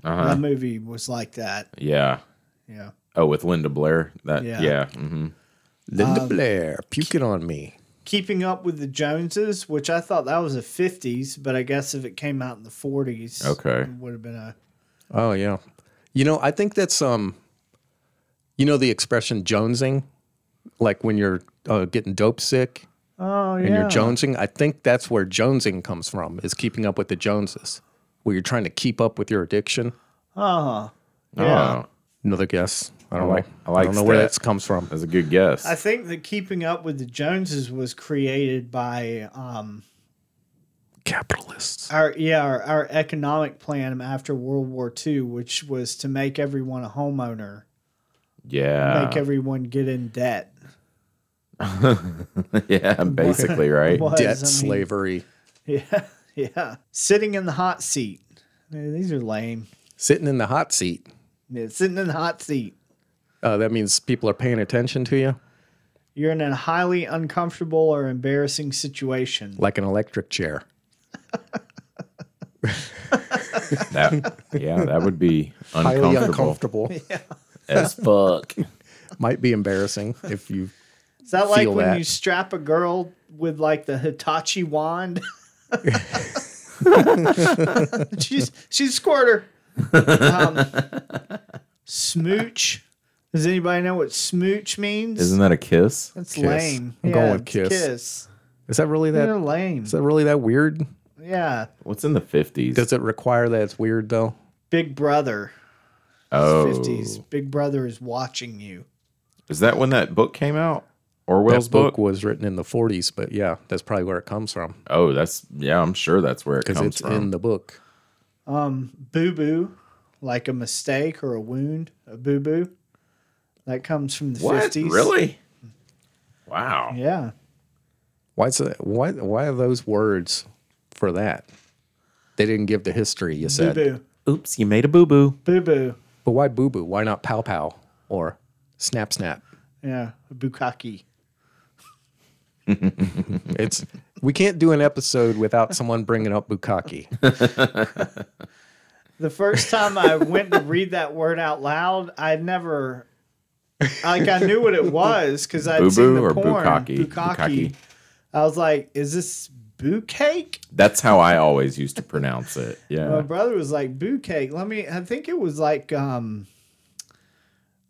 B: Uh-huh.
A: that movie was like that.
B: Yeah.
A: Yeah.
B: Oh, with Linda Blair. That.
A: Yeah.
B: Yeah. hmm
A: Uh,
C: Linda Blair, puke it on me.
A: Keeping Up with the Joneses, which I thought that was the 50s, but I guess if it came out in the 40s,
B: Okay.
A: it would have been a
C: Oh yeah, you know, I think that's um, you know, the expression jonesing, like when you're uh, getting dope sick
A: oh yeah.
C: and you're jonesing. I think that's where jonesing comes from is keeping up with the Joneses, where you're trying to keep up with your addiction.
A: uh-huh.
B: Yeah.
A: Yeah.
C: Another guess. I don't
B: I like-
C: know.
B: I like
C: don't know where
B: that.
C: that comes from.
B: that's a good guess.
A: I think that Keeping Up with the Joneses was created by um
C: Capitalists.
A: our yeah our, our economic plan after World War II, which was to make everyone a homeowner,
B: yeah. Ah.
A: make everyone get in debt.
B: yeah. Basically, right.
A: Was,
C: Debt
A: I mean,
C: slavery.
A: Yeah, yeah. Sitting in the hot seat. Man, these are lame.
C: Sitting in the hot seat.
A: Yeah, sitting in the hot seat.
C: Uh, that means people are paying attention to you,
A: You're in a highly uncomfortable or embarrassing situation.
C: like an electric chair.
B: That, yeah. That would be
C: Highly
B: uncomfortable
C: uncomfortable.
B: as fuck.
C: Might be embarrassing if you.
A: Is that like
C: Feel
A: when
C: that.
A: you strap a girl with like the Hitachi wand? she's she's a squirter. Um, smooch. Does anybody know what smooch means?
B: Isn't that a kiss?
A: That's
C: Kiss.
A: lame.
C: I'm
A: yeah,
C: going with
A: it's
C: kiss.
A: Kiss.
C: Is that really
A: They're
C: that?
A: lame.
C: Is that really that weird?
A: yeah.
B: What's in the fifties?
C: Does it require that it's weird though?
A: Big Brother.
B: Oh,
A: 50s. Big Brother is watching you.
B: is that when that book came out? Orwell's
C: that book
B: book?
C: was written in the 40s, but yeah, that's probably where it comes from
B: Oh, that's yeah. I'm sure that's where it
C: because
B: comes
C: it's
B: from.
C: in the book.
A: Um, boo boo, like a mistake or a wound, a boo boo. That comes from the
B: what
A: 50s.
B: really? Wow.
A: Yeah.
C: Why is it, why why are those words for that? They didn't give the history you
A: Boo
C: said.
A: boo.
B: Oops, you made a boo boo.
A: Boo boo.
C: But why boo boo? Why not pow pow or snap snap?
A: Yeah. Bukaki.
C: It's we can't do an episode without someone bringing up bukkake.
A: The first time I went to read that word out loud, I never, like, I knew what it was because I'd
B: Boo
A: seen
B: boo
A: the
B: or
A: porn.
B: bukkake?
A: Bukkake.
B: Bukkake.
A: I was like, "Is this boo cake?"
B: That's how I always used to pronounce it.
A: My
B: Yeah.
A: brother was like, "Boo cake." Let me. I think it was like um,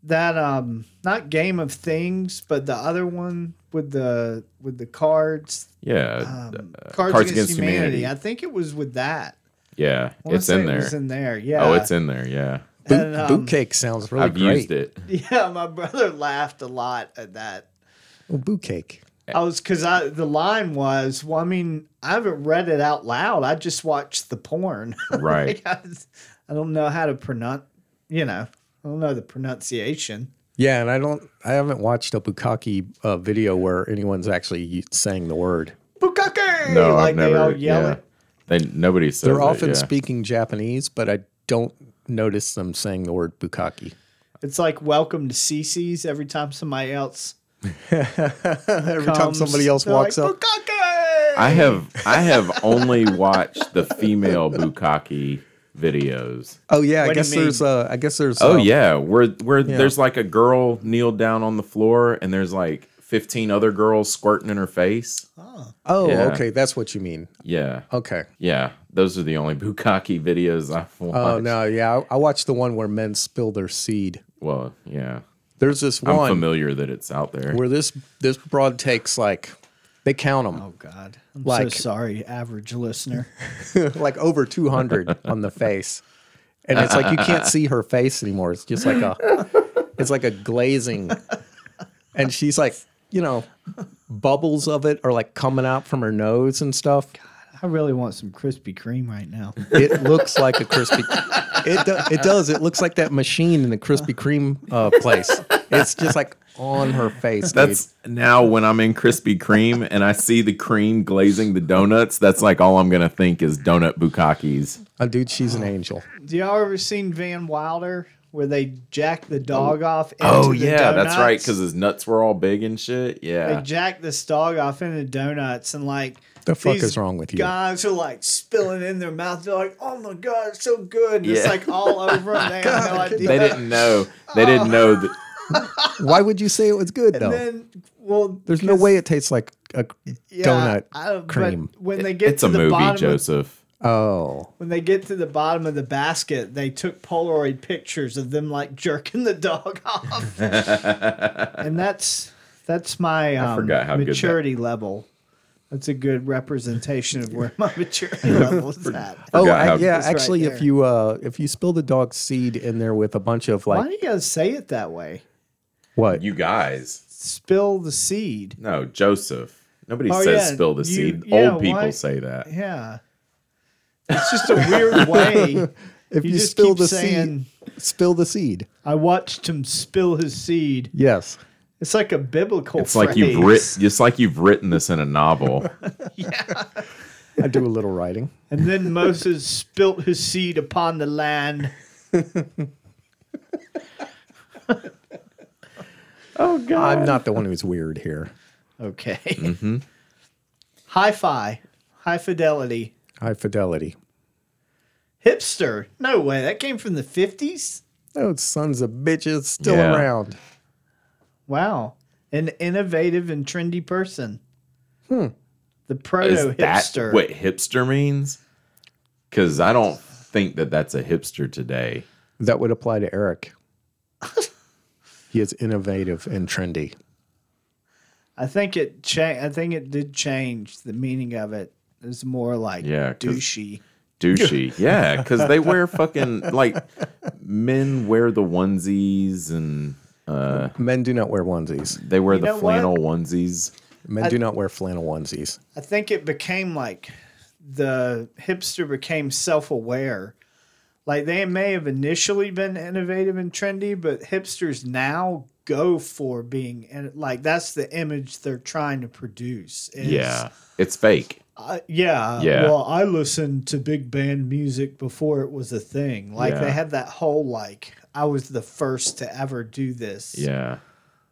A: that um, not Game of Things, but the other one with the with the cards,
B: Yeah.
A: um, Cards,
B: uh, Cards
A: Against,
B: Against
A: humanity.
B: Humanity.
A: I think it was with that.
B: yeah.
A: I wanna
B: It's
A: say
B: in
A: it
B: there.
A: was in there. Yeah.
B: Oh, it's in there. Yeah.
C: Boot,
A: And, um,
C: boot cake sounds really
B: I've
C: great.
B: used it.
A: Yeah, my brother laughed a lot at that.
C: Well, boot cake.
B: Eh.
A: I was because I the line was well. I mean, I haven't read it out loud. I just watched the porn.
B: Right.
A: Like, I, was- I don't know how to pronounce. You know, I don't know the pronunciation.
C: Yeah, and I don't. I haven't watched a bukkake uh, video where anyone's actually saying the word.
A: Bukake!
B: No,
A: like
B: I've never.
A: they all yell
B: yeah.
A: it.
B: They nobody says.
C: They're often
B: it, yeah.
C: speaking Japanese, but I don't notice them saying the word bukkake.
A: It's like welcome to CC's every time somebody else.
C: Every time
A: comes,
C: somebody else
A: they're
C: walks
A: like,
C: up,
A: Bukake!
B: I have I have only watched the female bukkake videos.
C: oh yeah, I
A: What do you
C: guess there's.
A: mean?
C: Uh, I guess there's.
B: Oh
C: uh,
B: yeah, where where there's like a girl kneeled down on the floor and there's like 15 other girls squirting in her face.
C: Oh,
B: Yeah.
C: okay, that's what you mean.
B: Yeah.
C: Okay.
B: Yeah, those are the only bukkake videos I've watched.
C: Oh no, yeah, I, I watched the one where men spill their seed.
B: Well, yeah.
C: There's this
B: I'm
C: one
B: familiar that it's out there.
C: where this this broad takes like they count them
A: Oh God, I'm
C: Like-
A: so sorry, average listener.
C: like over 200 on the face and it's like you can't see her face anymore it's just like a it's like a glazing and she's like you know bubbles of it are like coming out from her nose and stuff
A: I really want some Krispy Kreme right now.
C: it looks like a crispy it, do, it does it looks like that machine in the krispy kreme uh, place it's just like on her face
B: That's now when I'm in Krispy Kreme and I see the cream glazing the donuts, that's like all I'm going to think is donut bukkakes.
C: dude. Uh, dude she's an angel
A: Do y'all ever seen Van Wilder where they jack the dog off? Into
B: Oh
A: the
B: yeah, that's right
A: donuts?
B: cuz his nuts were all big and shit.
A: they
B: Yeah.
A: jack this dog off into donuts and like
C: The fuck
A: these
C: is wrong with you?
A: Guys are like spilling in their mouth. They're like, "Oh my god, it's so good!" And It's
B: Yeah.
A: like all over them. They have no idea.
B: They didn't know. They didn't know that
C: why would you say it was good
A: And
C: though
A: then, well,
C: there's no way it tastes like a
A: yeah,
C: donut
A: I- but
C: cream.
A: When they get
B: it's
A: to
B: a
A: the
B: movie,
A: bottom of,
B: Joseph.
C: oh
A: when they get to the bottom of the basket, they took Polaroid pictures of them like jerking the dog off. and that's that's my um,
B: forgot how good that-
A: maturity level. That's a good representation of where my maturity level is at.
C: Oh
B: Forgot
C: I-
B: how-
C: yeah,
A: It's right
C: actually, if
A: there.
C: you uh, if you spill the dog seed in there with a bunch of
A: Why
C: like
A: do you guys say it that way?
C: what
B: You guys.
A: Spill the seed.
B: No, Joseph. Nobody
A: Oh,
B: says
A: yeah,
B: spill the
A: you-
B: seed.
A: yeah,
B: Old people
A: why-
B: say that.
A: Yeah. It's just a weird way.
C: if
A: You,
C: you,
A: just
C: spill
A: keep
C: the
A: saying,
C: seed, spill the seed.
A: I watched him spill his seed.
C: Yes,
A: It's like a biblical
B: It's like you've
A: phrase.
B: written. It's like you've written this in a novel.
C: I do a little writing.
A: And then Moses spilt his seed upon the land. Oh,
C: I'm not the one who's weird here.
A: Okay.
B: Mm-hmm.
A: Hi fi, high fidelity.
C: High fidelity.
A: Hipster. No way. That came from the 50s?
C: Those Oh, sons of bitches still
B: Yeah.
C: around.
A: Wow. An innovative and trendy person. Hmm. The proto
B: Is that
A: hipster.
B: what hipster means? Because I don't think that that's a hipster today.
C: That would apply to Eric. he is innovative and trendy.
A: I think it cha- I think it did change the meaning of it. It's more like
B: Yeah, 'cause-
A: douchey.
B: douchey. yeah, because they wear fucking like men wear the onesies and uh,
C: Men do not wear onesies.
B: they wear
A: know
B: the
A: what?
B: flannel onesies.
C: Men do not wear flannel onesies.
A: I think it became like the hipster became self aware. Like they may have initially been innovative and trendy, but hipsters now go for being and like that's the image they're trying to produce. is,
B: yeah, it's fake.
A: uh, yeah,
B: Yeah.
A: Well, I listened to big band music before it was a thing. Like
B: Yeah.
A: they had that whole like I was the first to ever do this.
B: Yeah,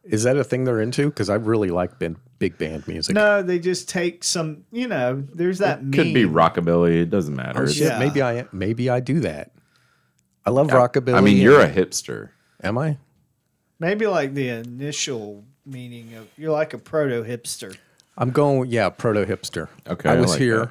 C: Is that a thing they're into? Because I really like ben, big band music.
A: No, they just take some. You know, there's that meme.
B: could be rockabilly. It doesn't matter.
C: Oh,
B: It's-
C: shit,
A: Yeah.
C: Maybe I am- maybe I do that. I love rockabilly.
B: I mean, you're a hipster.
C: am I?
A: Maybe like the initial meaning of you're like a proto hipster.
C: I'm going. with- Yeah, proto hipster.
B: Okay,
C: I
B: I
C: was
B: like
C: here,
B: that.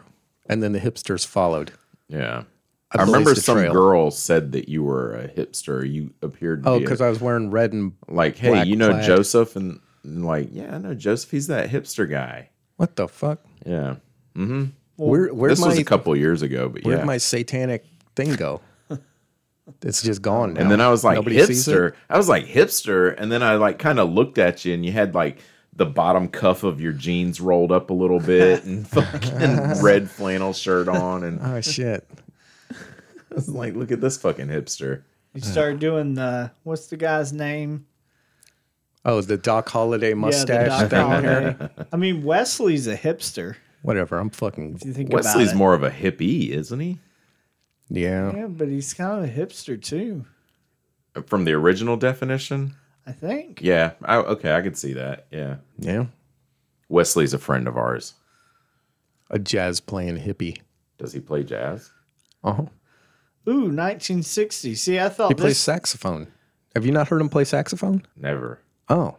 C: and then the hipsters followed.
B: Yeah.
C: I
B: I remember
C: blazed a
B: some
C: trail.
B: girl said that you were a hipster. You appeared to
C: Oh,
B: be a-
C: because I was wearing red and
B: like, hey,
C: black
B: you know
C: plaid.
B: Joseph, and, and like, yeah, I know Joseph. He's that hipster guy.
C: what the fuck?
B: Yeah,
C: Where where'd
B: this was
C: my
B: a couple years ago, but
C: where'd
B: yeah.
C: my satanic thing go? It's just gone now.
B: and then I was like
C: Nobody sees it?
B: hipster. I was like hipster, and then I like kind of looked at you, and you had like the bottom cuff of your jeans rolled up a little bit, and fucking red flannel shirt on, and I
C: Oh shit!
B: was like, look at this fucking hipster.
A: You start doing the what's the guy's name?
C: Oh, the Doc Holiday mustache
A: yeah, the
C: thing.
A: Doc Holliday. I mean, Wesley's a hipster.
C: Whatever. I'm
A: If you
C: fucking
A: think
B: Wesley's
A: about
B: more of a hippie, isn't he?
C: yeah.
A: it. Yeah, but he's kind of a hipster too.
B: From the original definition,
A: I think.
B: yeah. I, okay, I could see that. Yeah,
C: Yeah.
B: Wesley's a friend of ours.
C: A jazz playing hippie.
B: Does he play jazz?
C: Uh huh.
A: Ooh, 1960. See, I thought
C: He plays
A: Oh, this.
C: saxophone. Have you not heard him play saxophone?
B: Never.
C: Oh.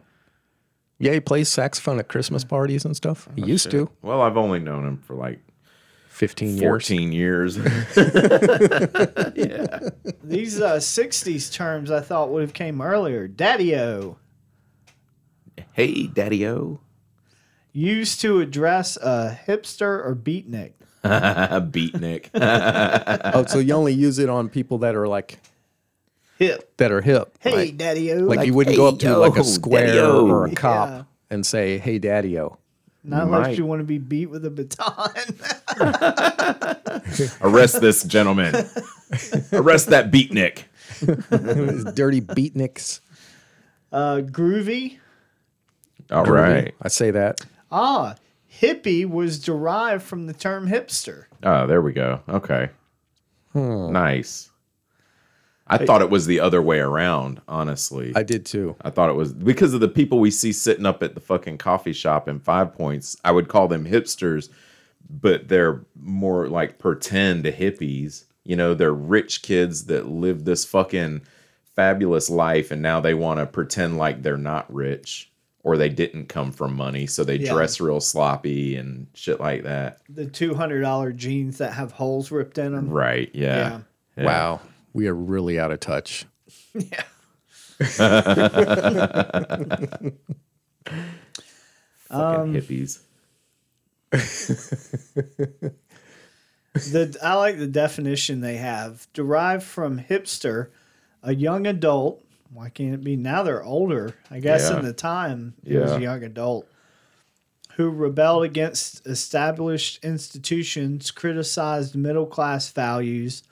C: Yeah, he plays saxophone at Christmas parties and
B: Oh,
C: stuff. He used to.
B: Well, I've only known him for like
C: 15 years.
B: 14 years.
A: These uh, 60s terms I thought would have came earlier. Daddy-o.
B: hey, Daddy O.
A: Used to address a hipster or beatnik.
B: Beatnik.
C: Oh, so you only use it on people that are like,
A: Hip.
C: that are hip.
A: Hey,
C: Like,
A: daddy-o.
C: like you wouldn't go up to like
B: yo,
C: a square
B: daddy-o.
C: or a cop
A: Yeah.
C: and say, hey, daddy o.
A: Not unless
B: Right.
A: you want to be beat with a baton.
B: Arrest this gentleman. Arrest that beatnik.
C: Dirty beatniks.
A: uh, groovy.
B: All right.
C: I say that.
A: Ah, hippie was derived from the term hipster.
B: Oh, there we go. Okay. Nice. I thought it was the other way around, honestly.
C: I did too.
B: I thought it was because of the people we see sitting up at the fucking coffee shop in Five Points. I would call them hipsters, but they're more like pretend hippies. You know, they're rich kids that live this fucking fabulous life and now they want to pretend like they're not rich or they didn't come from money. So they
A: Yeah.
B: dress real sloppy and shit like that.
A: The two hundred dollar jeans that have holes ripped in them.
B: Right. Yeah. Yeah.
C: Wow. We are really out of touch.
A: Yeah.
B: Fucking
A: Um,
B: hippies.
A: The I like the definition they have. Derived from hipster, a young adult. Why can't it be now? They're older. I guess
B: Yeah.
A: in the time it was
B: Yeah.
A: a young adult who rebelled against established institutions, criticized middle class values,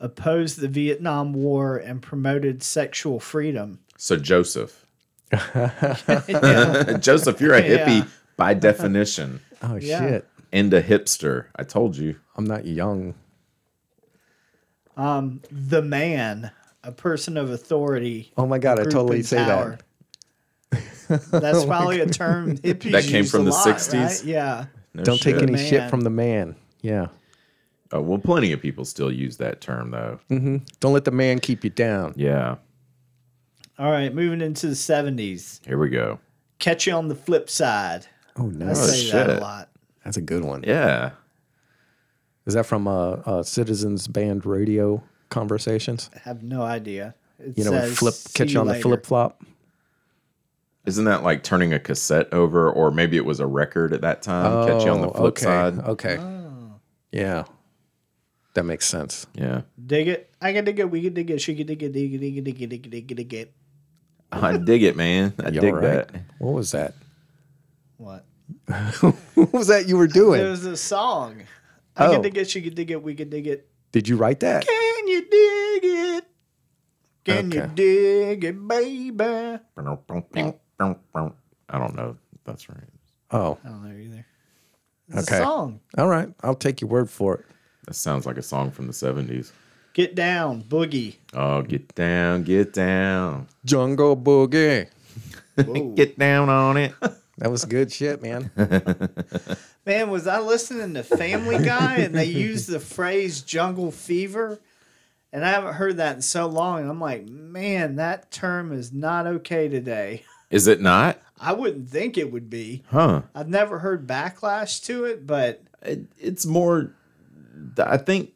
A: opposed the Vietnam War, and promoted sexual freedom.
B: So Joseph. Joseph, you're a hippie
A: Yeah.
B: by definition.
C: Oh,
A: Yeah.
C: shit.
B: and a hipster. I told you.
C: I'm not young.
A: The man, a person of authority.
C: Oh my God, I
A: group
C: totally
A: and
C: say that. Oh
A: power. That's probably a term hippies
B: That came
A: used
B: from
A: a
B: the
A: lot,
B: 60s?
A: right? Yeah.
B: No
C: Don't take
B: shit.
C: any
A: Man.
C: shit from the man. Yeah.
B: Oh, well, plenty of people still use that term though.
C: Mm-hmm. Don't let the man keep you down.
B: Yeah.
A: All right, moving into the 70s.
B: Here we go.
A: Catch you on the flip side.
C: Oh,
A: I
C: nice.
A: say that a
B: shit.
A: lot.
C: That's a good one.
B: Yeah.
C: Is that from uh, uh, Citizens Band Radio Conversations?
A: I have no idea. It
C: You know,
A: says,
C: flip
A: "See
C: catch
A: you
C: you on the
A: later."
C: flip flop.
B: Isn't that like turning a cassette over, or maybe it was a record at that time? catch you on the
C: Oh,
B: flip
C: okay,
B: side.
C: Okay. Oh. Yeah, that makes sense.
B: Yeah,
A: Dig it. I can dig it. We can dig it. She can dig it. Dig it. Dig it. Dig it. Dig it. Dig it. Dig it.
B: I dig it, man. I
C: You all
B: dig
C: right?
B: that.
C: What was that?
A: What?
C: what was that you were
A: There
C: doing?
A: was a song. I
C: Oh.
A: can dig it. She can dig it. We can dig it.
C: Did you write that?
A: Can you dig it? Can you
C: Okay.
A: dig it, baby? I
B: I don't know. if That's right.
C: Oh,
A: don't know either. It's
C: Okay.
A: a song.
C: all right. I'll take your word for it.
B: That sounds like a song from the seventies.
A: Get down, boogie.
B: Oh, get down, get down,
C: Jungle Boogie.
A: Whoa.
B: get down on it.
C: That was good shit, man.
A: Man, was I listening to Family Guy and they used the phrase jungle fever? And I haven't heard that in so long. And I'm like, man, that term is not okay today.
B: Is it not?
A: I wouldn't think it would be.
B: Huh?
A: I've never heard backlash to it, but
B: It, it's more. I think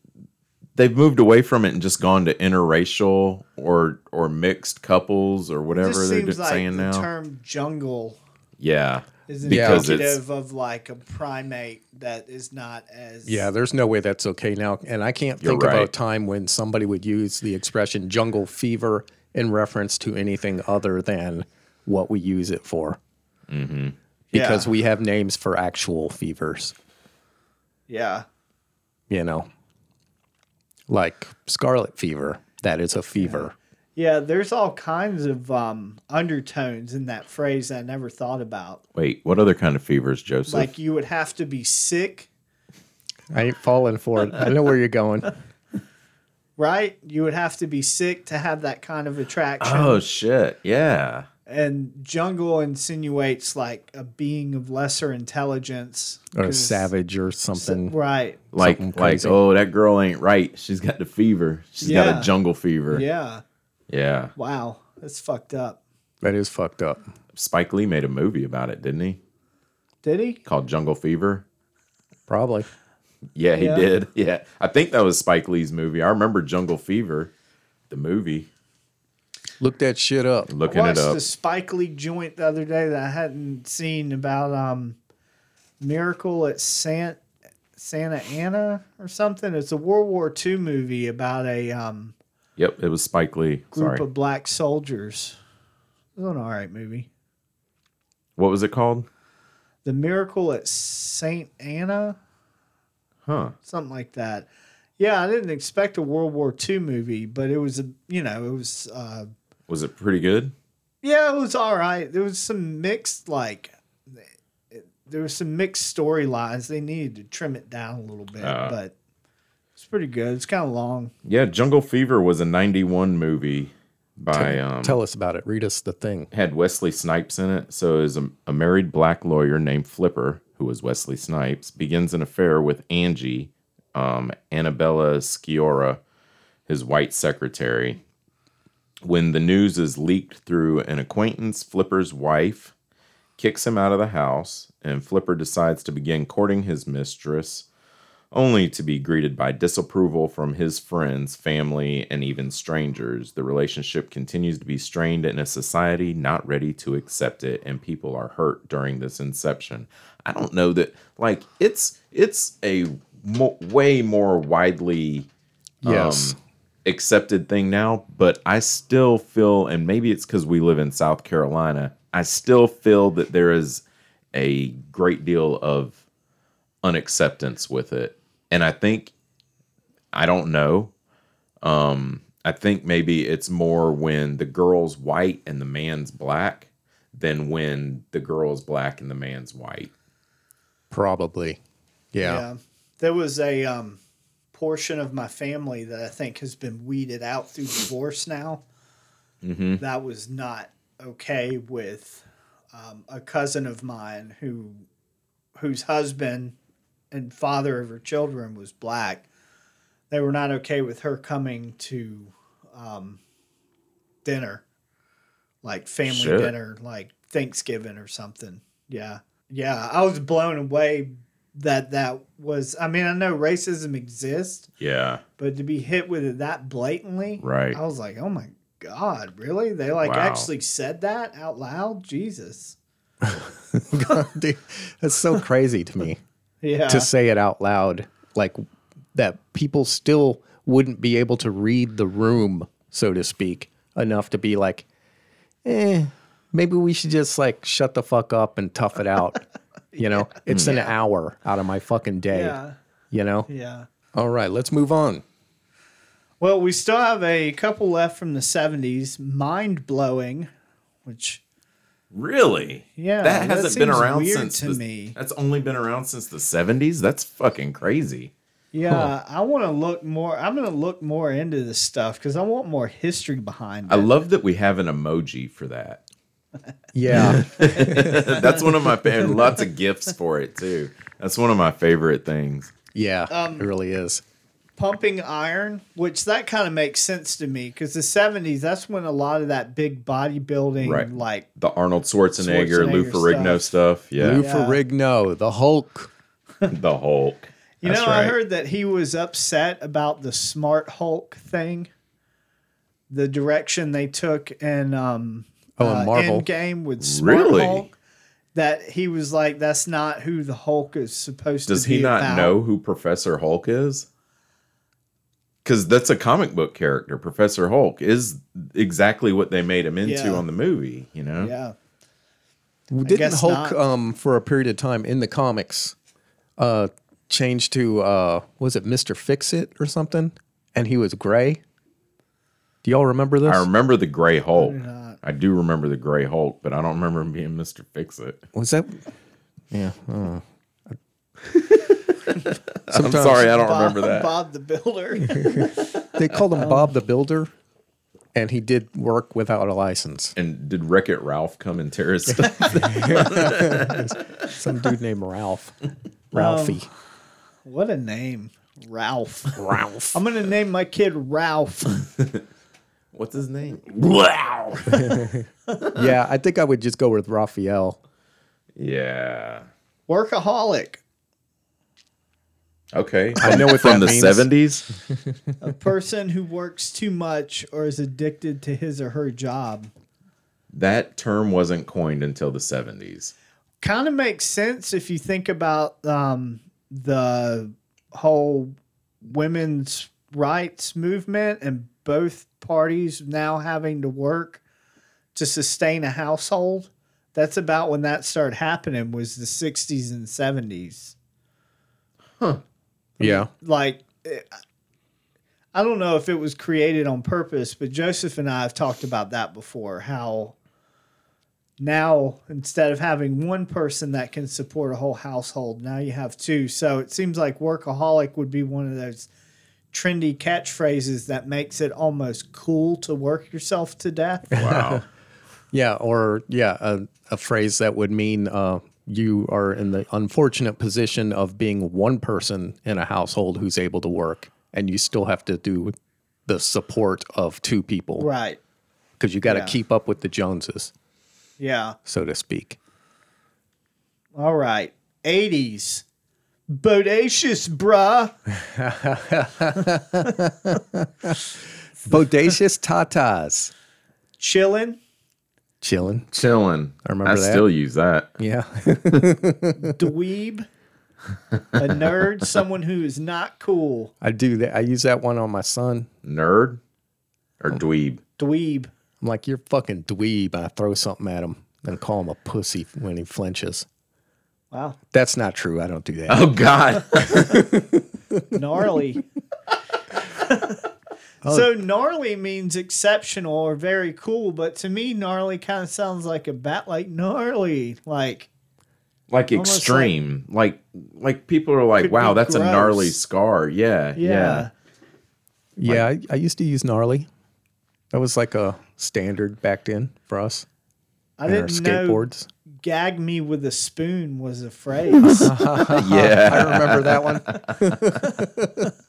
B: they've moved away from it and just gone to interracial or or mixed couples or
A: it
B: whatever
A: just
B: they're
A: seems
B: just
A: like
B: saying
A: the
B: now.
A: term jungle
B: yeah.
A: is
B: Because it's-
A: indicative of like a primate that is not as
C: Yeah, there's no way that's okay now. And I can't
B: You're
C: think of a
B: right.
C: time when somebody would use the expression jungle fever in reference to anything other than what we use it for.
B: Mm-hmm.
C: Because
A: Yeah.
C: we have names for actual fevers,
A: yeah.
C: you know, like scarlet fever. That is a fever.
A: Yeah, there's all kinds of um, undertones in that phrase I never thought about.
B: Wait, what other kind of fevers, Joseph?
A: Like you would have to be sick,
C: I ain't falling for it. I know where you're going.
A: right? You would have to be sick to have that kind of attraction.
B: oh shit! Yeah.
A: And jungle insinuates like a being of lesser intelligence
C: Or
A: 'cause-
C: savage or something.
A: Right.
B: Like
C: Something
B: like
C: crazy.
B: oh that girl ain't right. She's got the fever. She's got
A: Yeah.
B: a jungle fever.
A: Yeah.
B: Yeah.
A: Wow. That's fucked up.
C: That is fucked up.
B: Spike Lee made a movie about it, didn't he?
A: Did he?
B: Called Jungle Fever.
C: Probably.
B: Yeah, he
A: Yeah.
B: did. Yeah. I think that was Spike Lee's movie. I remember Jungle Fever, the movie.
C: Look that shit up.
B: Looking
A: I
B: it
A: watched
B: up.
A: the Spike Lee joint the other day that I hadn't seen about um, Miracle at San- Santa Ana or something. It's a World War II movie about a um,
B: Yep, it was Spike Lee.
A: group
B: Sorry.
A: of black soldiers. It was an all right movie.
B: What was it called?
A: The Miracle at Saint Anna,
B: Huh.
A: something like that. Yeah, I didn't expect a World War II movie, but it was a you know it was uh,
B: Was it pretty good?
A: Yeah, it was all right. There was some mixed like there was some mixed storylines. They needed to trim it down a little bit,
B: Uh.
A: but it's pretty good. It's kind of long.
B: Yeah, Jungle Fever was a 91 movie by um
C: Tell us about it. Read us the thing.
B: had Wesley Snipes in it. So is a, a married black lawyer named Flipper, who was Wesley Snipes, begins an affair with Angie, um, Annabella Sciorra, his white secretary. When the news is leaked through an acquaintance, Flipper's wife kicks him out of the house, and Flipper decides to begin courting his mistress, only to be greeted by disapproval from his friends, family, and even strangers. The relationship continues to be strained in a society not ready to accept it, and people are hurt during this inception. I don't know that like it's it's a mo- way more widely
C: Yes.
B: um, accepted thing now, but I still feel, and maybe it's because we live in South Carolina, I still feel that there is a great deal of unacceptance with it. And I think, I don't know. Um, I think maybe it's more when the girl's white and the man's black than when the girl's black and the man's white.
C: Probably. Yeah.
A: There was a um, portion of my family that I think has been weeded out through divorce now.
B: Mm-hmm.
A: That was not okay with um, a cousin of mine who whose husband and father of her children was black. They were not okay with her coming to um, dinner, like family
B: Shit.
A: dinner, like Thanksgiving or something. Yeah. Yeah. I was blown away that that was. I mean, I know racism exists,
B: Yeah.
A: but to be hit with it that blatantly,
B: Right.
A: I was like, oh my god, really? They like
B: Wow.
A: actually said that out loud? Jesus.
C: Dude, that's so crazy to me
A: Yeah.
C: to say it out loud, like that people still wouldn't be able to read the room, so to speak, enough to be like, eh, maybe we should just like shut the fuck up and tough it out. You know, it's an hour out of my fucking day.
A: yeah.
C: You know?
A: Yeah.
C: All right, let's move on.
A: Well, we still have a couple left from the 70s. Mind blowing, which
B: Really?
A: Yeah,
B: That
A: that
B: hasn't been
A: seems
B: around
A: weird
B: since
A: to
B: the-
A: me.
B: That's only been around since the 70s. That's fucking crazy.
A: Yeah, I want to look more. I'm going to look more into this stuff because I want more history behind it.
B: I love that we have an emoji for that.
C: Yeah.
B: That's one of my favorite. Lots of gifts for it too. That's one of my favorite things.
C: yeah.
A: Um,
C: it really is.
A: Pumping iron, which that kind of makes sense to me because the 70s, that's when a lot of that big bodybuilding,
B: Right.
A: like,
B: The Arnold Schwarzenegger, Lou
A: Schwarzenegger
B: Ferrigno stuff. Yeah,
C: Lou
A: Yeah.
C: Ferrigno, the Hulk.
B: the Hulk.
A: you
B: That's
A: know, I
B: right.
A: heard that he was upset about the Smart Hulk thing, the direction they took in um,
C: Oh, in Marvel.
A: Endgame with Smart
B: Really?
A: Hulk. That he was like, that's not who the Hulk is supposed
B: Does
A: to be.
B: he not
A: about."
B: know who Professor Hulk is? Because that's a comic book character. Professor Hulk is exactly what they made him into
A: Yeah.
B: on the movie. You know,
A: Yeah.
C: Didn't
A: guess
C: Hulk
A: not.
C: um for a period of time in the comics uh change to uh was it Mr. Fix It or something? And he was gray. Do y'all remember this?
B: I remember the Gray Hulk. I do remember the Gray Hulk, but I don't remember him being Mister Fix It.
C: was that Yeah. I don't know.
B: I'm
C: Sometimes
B: sorry, I don't
A: Bob,
B: remember that.
A: Bob the Builder.
C: They called him Bob the Builder and he did work without a license.
B: And did Wreck It Ralph come and tear his stuff?
C: Some dude named Ralph. Ralphie.
A: what a name. Ralph.
C: Ralph.
A: I'm going to name my kid Ralph.
B: What's his name? Wow.
C: yeah, I think I would just go with Raphael.
B: yeah.
A: Workaholic.
B: Okay.
C: I know what
B: from
C: that
B: the
C: means.
B: seventies.
A: A person who works too much or is addicted to his or her job.
B: That term wasn't coined until the seventies.
A: Kind of makes sense if you think about um, the whole women's rights movement and both parties now having to work to sustain a household. That's about when that started happening was the 60s and 70s.
C: Yeah.
A: like eh, I don't know if it was created on purpose, but Joseph and I have talked about that before. How now instead of having one person that can support a whole household, now you have two. So it seems like workaholic would be one of those trendy catchphrases that makes it almost cool to work yourself to death.
B: Wow.
C: Yeah, or yeah, a, a phrase that would mean uh, you are in the unfortunate position of being one person in a household who's able to work, and you still have to do the support of two people
A: right.
C: because you got to
A: Yeah.
C: keep up with the Joneses,
A: Yeah.
C: so to speak.
A: All right. 80s. Bodacious, bruh.
C: Bodacious tatas,
A: Chillin'.
C: chilling.
B: Chilling. I
C: remember
B: I
C: that.
B: still use that.
C: Yeah,
A: dweeb, a nerd, someone who is not cool.
C: I do that. I use that one on my son.
B: Nerd or dweeb.
A: Dweeb.
C: I'm like, you're fucking dweeb. And I throw something at him and call him a pussy when he flinches.
A: Wow.
C: That's not true. I don't do that.
B: Oh God.
A: Gnarly.
B: Oh.
A: so gnarly means exceptional or very cool, but to me, gnarly kind of sounds like a bat, like gnarly, like
B: like
A: Almost
B: extreme. Like like people are like,
A: Could
B: wow,
A: be
B: that's a
A: gross.
B: gnarly scar. Yeah.
A: yeah,
B: Yeah.
C: Yeah, I, I used to use gnarly. That was like a standard back then for us.
A: I
C: and our
A: didn't know.
C: skateboards.
A: Gag me with a spoon was a phrase.
B: Yeah.
C: I remember that one.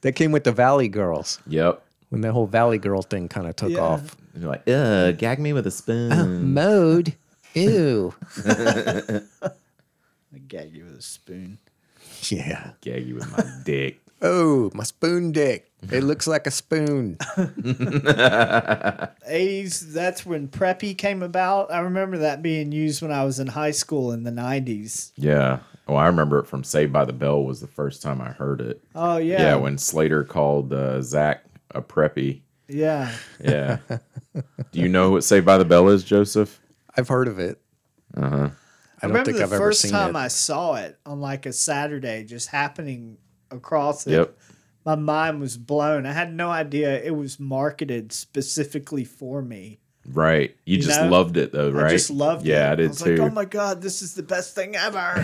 C: that came with the Valley Girls
B: yep.
C: when that whole Valley Girl thing kind of took
A: Yeah.
C: off.
B: You're like, uh, gag me with a spoon.
C: Mode. Ew.
A: I gag you with a spoon.
C: Yeah.
B: Gag you with my dick.
C: Oh, my spoon dick. It looks like a spoon.
A: 80s, that's when preppy came about. I remember that being used when I was in high school in the 90s.
B: Yeah. Well, I remember it from Saved by the Bell was the first time I heard it.
A: Oh, yeah.
B: Yeah, when Slater called uh, Zach a preppy.
A: yeah.
B: Yeah. Do you know what Saved by the Bell is, Joseph?
C: I've heard of it. Uh-huh.
A: I,
C: I don't
A: remember
C: think
A: the
C: I've ever
A: first
C: seen
A: time
C: it.
A: I saw it on like a Saturday, just happening across it.
B: Yep.
A: My mind was blown. I had no idea it was marketed specifically for me.
B: Right. You,
A: You
B: just
A: know,
B: loved it though, right?
A: I just loved it.
B: Yeah, I did
A: was
B: too.
A: like, oh my God, this is the best thing ever.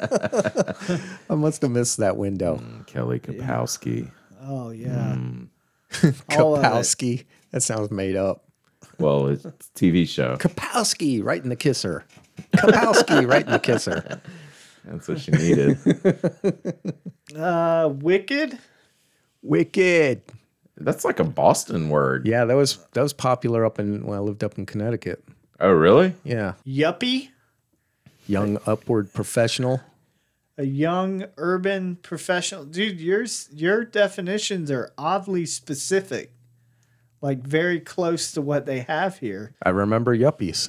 C: I must have missed that window.
B: Kelly Kapowski.
A: oh, yeah. All of it.
C: Hmm. Kapowski. That sounds made up.
B: Well, it's a TV show.
C: Kapowski right in the kisser. Kapowski right in the kisser.
B: That's what she needed.
A: Uh, Wicked?
C: Wicked.
B: That's like a Boston word.
C: Yeah, that was that was popular up in when I lived up in Connecticut.
B: Oh, really?
C: Yeah.
A: Yuppie?
C: Young upward professional.
A: a young urban professional dude yours your definitions are oddly specific like very close to what they have here
C: I remember yuppies.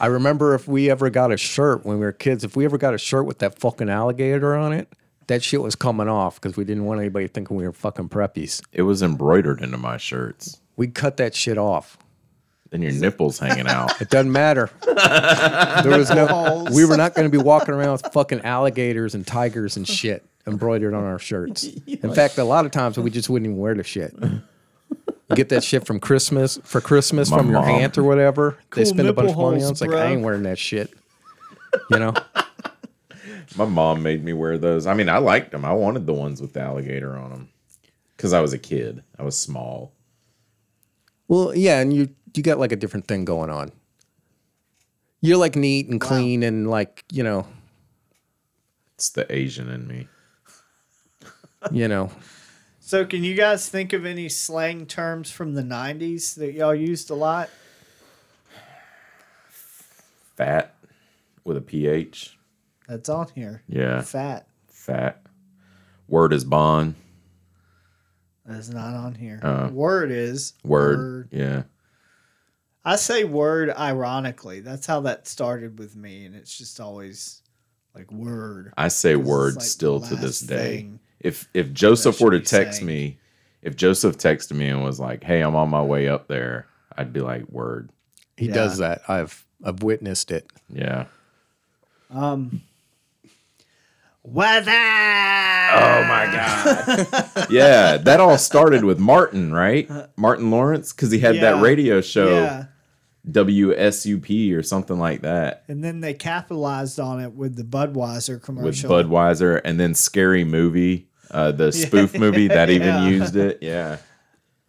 C: I remember if we ever got a shirt when we were kids, if we ever got a shirt with that fucking alligator on it, that shit was coming off because we didn't want anybody thinking we were fucking preppies.
B: It was embroidered into my shirts.
C: We cut that shit off.
B: And your nipples hanging out.
C: It doesn't matter. there was no.
A: Balls.
C: We were not going to be walking around with fucking alligators and tigers and shit embroidered on our shirts. In fact, a lot of times we just wouldn't even wear the shit. You get that shit from Christmas for Christmas
B: My
C: from your
B: mom.
C: aunt or whatever. they
A: Cool
C: spend a bunch of
A: nipple
C: money on. it.
A: holes,
C: It's like
A: bruh.
C: I ain't wearing that shit. You know,
B: my mom made me wear those. I mean, I liked them. I wanted the ones with the alligator on them because I was a kid. I was small.
C: Well, yeah, and you you got like a different thing going on. You're like neat and clean and like you know
B: It's the Asian in me.
C: you know.
A: so can you guys think of any slang terms from the 90s that y'all used a lot
B: Fat with a ph.
A: that's on here
B: Yeah,
A: fat
B: fat. Word is bond.
A: that's not on here
B: Uh,
A: word is
B: Word. Yeah.
A: i say word ironically that's how that started with me and it's just always like word
B: I say
A: it's
B: word
A: like
B: still
A: the
B: to this
A: last
B: day.
A: thing
B: If if Joseph
A: should
B: were to
A: be
B: text
A: saying.
B: me, if Joseph texted me and was like, "Hey, I'm on my way up there," I'd be like, "Word."
C: He
A: Yeah.
C: does that. I've I've witnessed it.
B: Yeah.
A: Um, weather.
B: Oh my god. yeah, that all started with Martin, right? Martin Lawrence cuz he had
A: Yeah.
B: that radio show
A: Yeah,
B: WSUP or something like that
A: and then they capitalized on it with the Budweiser
B: with
A: commercial.
B: Budweiser and then Scary Movie, uh, the spoof movie that
A: Yeah.
B: even used it. Yeah.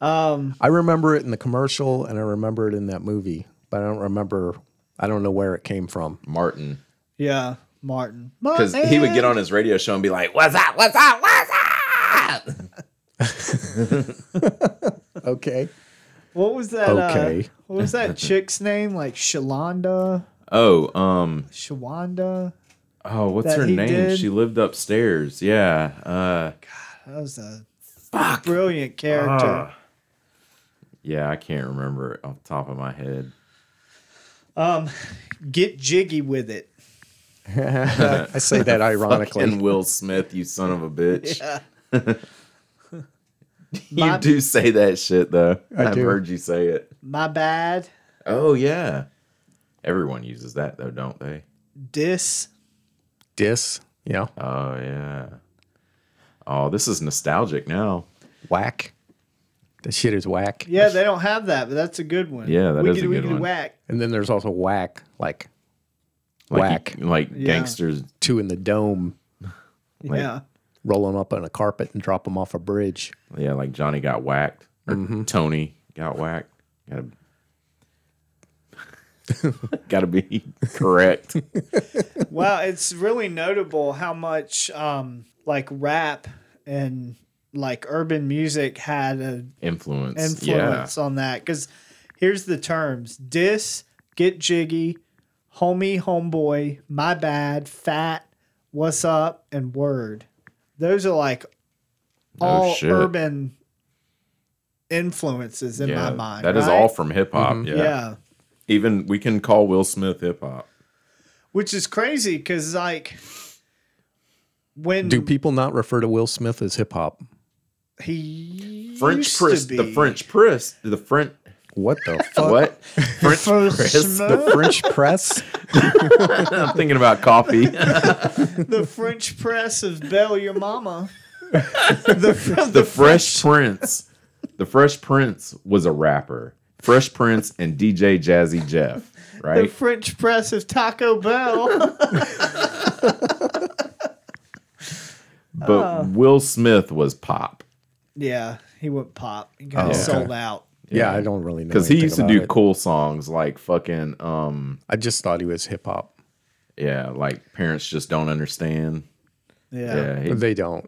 A: um,
C: I remember it in the commercial and I remember it in that movie, but I don't remember. I don't know where it came from.
B: Martin
A: yeah, Martin.
B: cuz he would get on his radio show and be like, "What's up? What's up? What's up?"
C: Okay.
A: What was that? Okay.
C: Okay.
A: what was that chick's name? Like Shalonda,
B: Oh, um
A: Shawanda.
B: oh, what's
A: That
B: her
A: he
B: name?
A: did?
B: She lived upstairs. Yeah. Uh
A: That was a brilliant character.
B: ah. Yeah, I can't remember it off the top of my head.
A: Um, get jiggy with it.
C: I say that
B: And
C: ironically.
B: Will Smith, you son of a bitch. you
A: My-
B: do say that shit though.
C: I
B: have
C: do.
B: heard you say it.
A: My bad.
B: Oh yeah. Everyone uses that though, don't they?
A: Dis.
C: Dis. Yeah.
B: Oh yeah. Oh, this is nostalgic now.
C: Whack. That shit is whack.
A: Yeah, they don't have that, but that's a good one.
B: Yeah, that
A: we
B: is a good
A: wiggity
B: one.
A: Whack.
C: And then there's also whack, like
B: Like
C: whack,
B: you- like
A: Yeah.
B: gangsters.
C: two in the dome,
B: Like-
A: yeah.
C: roll them up on a carpet and drop them off a bridge.
B: Yeah, like Johnny got whacked or Tony got whacked. Got to Got to be correct.
A: Wow, it's really notable how much um, like rap and like urban music had an
B: Influence. Yeah.
A: influence on that. Because here's the terms: diss, get jiggy, homie, homeboy, my bad, fat, what's up, and word. Those are like
B: No
A: all
B: Oh, shit.
A: urban influences in my mind.
B: that is
A: right?
B: all from hip hop.
A: Yeah.
B: Yeah. even we can call Will Smith hip hop.
A: Which is crazy because, like, when
C: Do people not refer to Will Smith as hip hop?
A: he used
B: French
A: to
B: press, the
A: be-
B: French press, the French
C: What the fuck?
B: what? French
A: French
B: press.
A: Smith?
C: French press?
B: I'm thinking about coffee.
A: the French press of Bell Your Mama. the, fr- the,
B: the Fresh Prince. The Fresh Prince was a rapper. Fresh Prince and DJ Jazzy Jeff,
A: the
B: right?
A: French press of Taco Bell.
B: but
A: uh.
B: Will Smith was pop
A: yeah, he went pop. He got
C: Oh, okay.
A: sold out.
C: Yeah, I don't really know.
B: because he
C: anything
B: used to
C: about
B: do
C: it.
B: cool songs like fucking um
C: I just thought he was hip hop.
B: yeah like parents just don't understand.
A: Yeah,
B: Yeah, he-
C: They don't.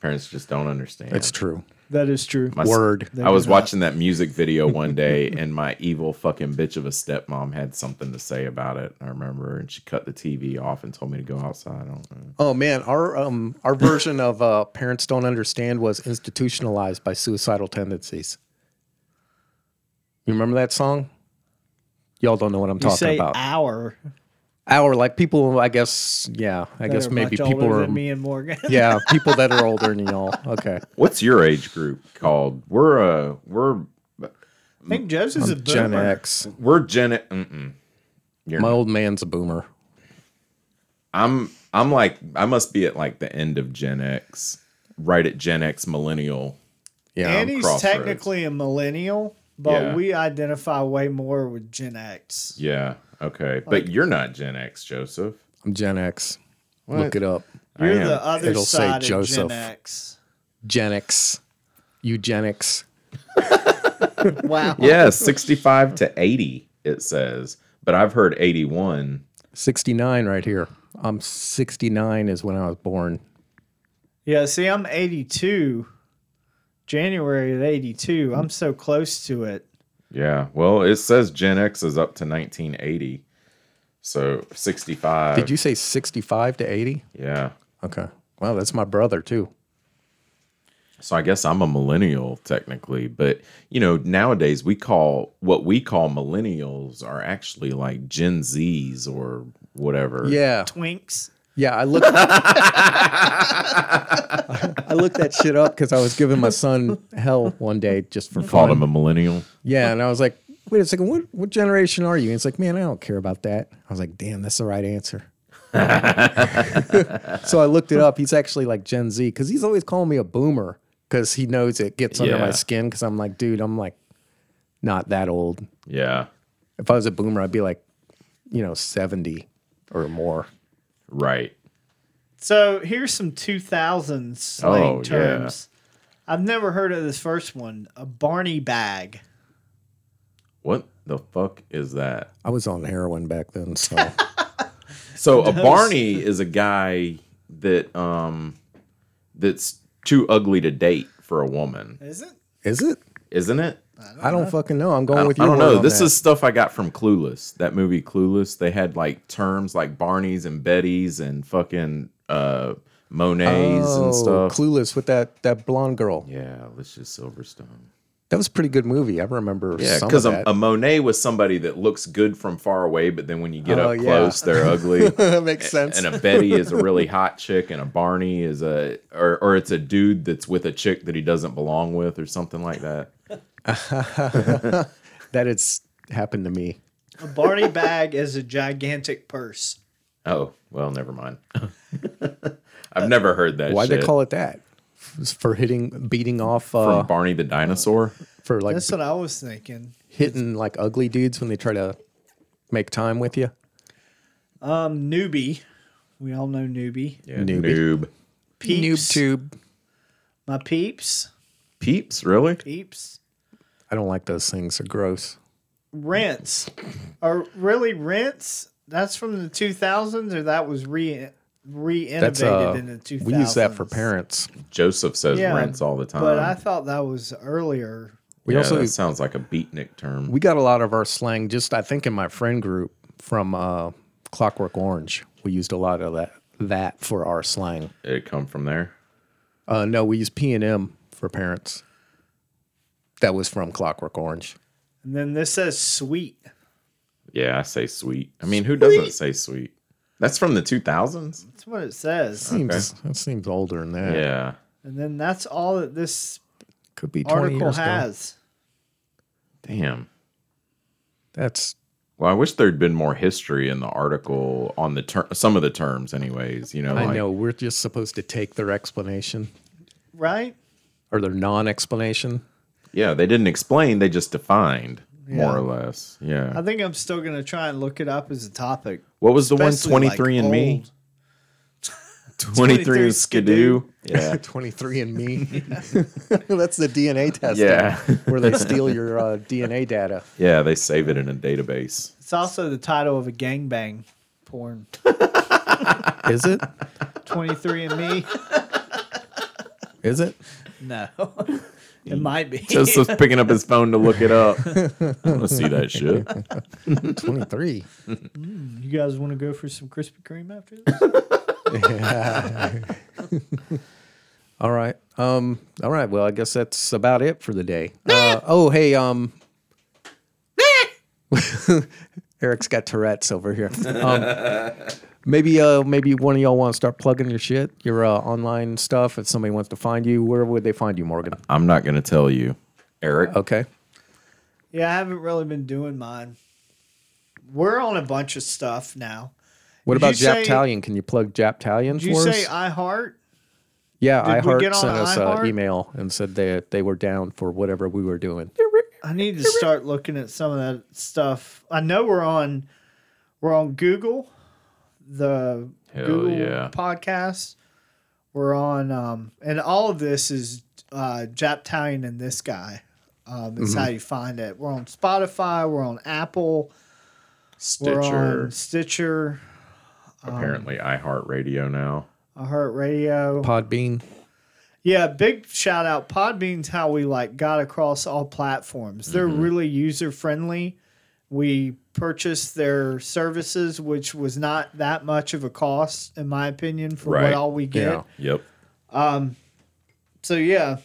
B: parents just don't understand.
C: It's true.
A: that is true.
B: My s-
C: Word.
B: I was watching that music video one day, and my evil fucking bitch of a stepmom had something to say about it. I remember, and she cut the TV off and told me to go outside. I don't know.
C: Oh man, our um our version of uh, parents don't understand was institutionalized by suicidal tendencies. You remember that song? Y'all don't know what I'm
A: You
C: talking
A: say
C: about.
A: hour.
C: Our like people, I guess. Yeah, I
A: that
C: guess
A: are
C: maybe
A: much
C: people
A: older
C: are.
A: than me and Morgan.
C: Yeah, people that are older than y'all. Okay,
B: What's your age group called? We're uh we're
A: I think Joseph's a
C: Gen
A: boomer.
C: X.
B: we're Gen. Mm-mm. You're
C: My old man's a boomer.
B: I'm I'm like I must be at like the end of Gen X, right at Gen X millennial.
C: Yeah,
A: and he's
B: Crossroads.
A: technically a millennial, but
B: Yeah.
A: we identify way more with Gen X.
B: Yeah. Okay. but you're not Gen X, Joseph.
C: I'm Gen X.
B: What?
C: Look it up.
B: I
A: You're
B: am.
A: the other
C: It'll say
A: side of Gen
C: Joseph.
A: X.
C: Gen X. Eugenics.
A: Wow.
B: yeah, 65 to 80 it says, but I've heard 81.
C: 69 right here. I'm 69 is when I was born.
A: Yeah, see, I'm 82. January of 82. I'm so close to it.
B: Yeah. Well, it says Gen X is up to 1980. So 65.
C: Did you say 65 to 80?
B: Yeah.
C: Okay. Wow, that's my brother too.
B: So I guess I'm a millennial technically, but you know, nowadays we call what we call millennials are actually like Gen Zs or whatever.
C: Yeah.
A: Twinks.
C: Yeah, I looked I looked that shit up cuz I was giving my son hell one day just for
B: Called him
C: fun.
B: a millennial.
C: Yeah, and I was like, "Wait a second, what what generation are you?" And he's like, "Man, I don't care about that." I was like, "Damn, that's the right answer." so I looked it up. He's actually like Gen Z cuz he's always calling me a boomer cuz he knows it gets under
B: Yeah.
C: my skin cuz I'm like, "Dude, I'm like not that old."
B: Yeah.
C: if I was a boomer, I'd be like, you know, 70 or more.
B: Right.
A: So here's some 2000s slang
B: Oh, yeah.
A: terms. I've never heard of this first one a Barney bag.
B: What the fuck is that?
C: I was on heroin back then, so
B: So a Barney is a guy that um that's too ugly to date for a woman,
A: Is it?
C: is it?
B: isn't it?
C: I don't fucking know. I'm
B: I
C: going
B: don't,
C: with
B: I
C: you.
B: don't know. This is stuff I got from Clueless. That movie Clueless. They had like terms like Barneys and Bettys and fucking uh Monets
C: Oh,
B: and stuff.
C: Clueless with that that blonde girl.
B: yeah, Alicia Silverstone.
C: That was a pretty good movie. I remember.
B: Yeah,
C: because
B: because a, a Monet was somebody that looks good from far away, but then when you get
C: Oh,
B: up
C: yeah.
B: close, they're ugly.
C: that makes sense.
B: and a Betty is a really hot chick, and a Barney is a or or it's a dude that's with a chick that he doesn't belong with or something like that.
C: that it's happened to me.
A: A Barney bag is a gigantic purse.
B: Oh well, never mind. I've never heard that.
C: Why would
B: shit.
C: they call it that? It's for hitting, beating off, uh,
B: from Barney the dinosaur?
C: for like
A: That's what I was thinking.
C: hitting like ugly dudes when they try to make time with you.
A: Um, newbie. We all know newbie.
B: Yeah,
C: Newbie.
B: noob.
A: Peeps.
C: Noob tube.
A: My peeps.
B: Peeps, really?
A: Peeps.
C: I don't like those things. They're gross.
A: Rents. Are really rents? That's from the 2000s, or that was re
C: That's
A: reinnovated
C: uh,
A: in the 2000s.
C: we use that for parents.
B: Joseph says
A: Yeah,
B: rents all the time.
A: But I thought that was earlier.
C: We
B: yeah,
C: also
B: that sounds like a beatnik term.
C: we got a lot of our slang just I think in my friend group from uh, Clockwork Orange. We used a lot of that that for our slang.
B: Did it come from there?
C: Uh, no, we use P and M for parents. That was from Clockwork Orange.
A: And then this says sweet.
B: Yeah, I say sweet. I mean, who doesn't say sweet? That's from the 2000s?
A: That's what it says.
C: Seems that seems older than that.
B: Yeah.
A: And then that's all that this
C: could be twenty
A: article
C: years ago.
A: has.
B: Damn.
C: That's
B: Well, I wish there'd been more history in the article on the ter- some of the terms, anyways. You know,
C: I
B: like-
C: know we're just supposed to take their explanation
A: Right?
C: or their non-explanation.
B: Yeah, they didn't explain; they just defined
A: Yeah.
B: more or less. Yeah.
A: I think I'm still going to try and look it up as a topic.
B: What was the one
A: Especially, like,
B: 23 and me?
A: old.
B: 23 and Skidoo. Yeah.
C: Twenty-three and Me. That's the DNA test.
B: Yeah.
C: where they steal your uh, DNA data.
B: Yeah, they save it in a database.
A: It's also the title of a gangbang porn.
C: Is it?
A: 23 and me?
C: Is it?
A: No.
C: Mm.
A: It might be.
B: Joseph's picking up his phone to look it up. I want to see that shit.
C: Twenty-three.
A: You guys want to go for some Krispy Kreme after this?
C: All right. Um. All right. Well, I guess that's about it for the day. Uh, oh, hey. Um. Eric's got Tourette's over here. Um, maybe, uh, maybe one of y'all want to start plugging your shit, your uh, online stuff. If somebody wants to find you, where would they find you, Morgan?
B: I'm not going to tell you, Eric.
C: Okay.
A: yeah, I haven't really been doing mine. We're on a bunch of stuff now.
C: What
A: Did
C: about
A: you say-
C: Japtalion? Can you plug Japtalion
A: Did you
C: for
A: say
C: us?
A: iHeart?
C: yeah,
A: did we
C: iHeart
A: get on
C: sent us an
A: iHeart?
C: email and said they they were down for whatever we were doing.
A: I need to start looking at some of that stuff. I know we're on we're on Google, the
B: Hell
A: Google
B: yeah.
A: podcast. We're on um and all of this is uh Japtalion and this guy. Um it's
B: Mm-hmm.
A: how you find it. We're on Spotify, we're on Apple, we're
B: Stitcher,
A: on Stitcher,
C: um,
B: apparently iHeartRadio now.
A: iHeartRadio.
C: Podbean.
A: Yeah, big shout out. Podbean's how we like got across all platforms. They're
B: Mm-hmm.
A: really user friendly. We purchased their services, which was not that much of a cost, in my opinion, for
B: Right.
A: what all we get.
C: Yeah.
B: Yep.
A: So yeah,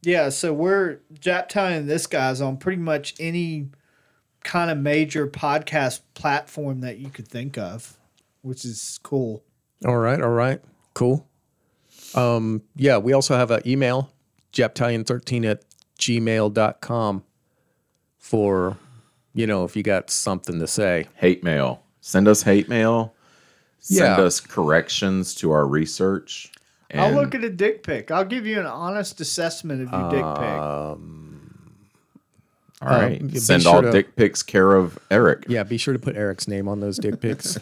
A: yeah. So we're Japtown and this guy's on pretty much any kind of major podcast platform that you could think of, which is cool.
C: All right, all right, cool. Um, yeah, we also have an email, japtalion13 at gmail.com for, you know, if you got something to say.
B: Hate mail. Send us hate mail. Send
C: Yeah.
B: us corrections to our research.
A: I'll
B: and-
A: look at a dick pic. I'll give you an honest assessment of your dick
B: Uh,
A: pic.
B: All right.
C: Um, be
B: Send
C: sure
B: all
C: to-
B: dick pics care of Eric.
C: Yeah, be sure to put Eric's name on those dick pics.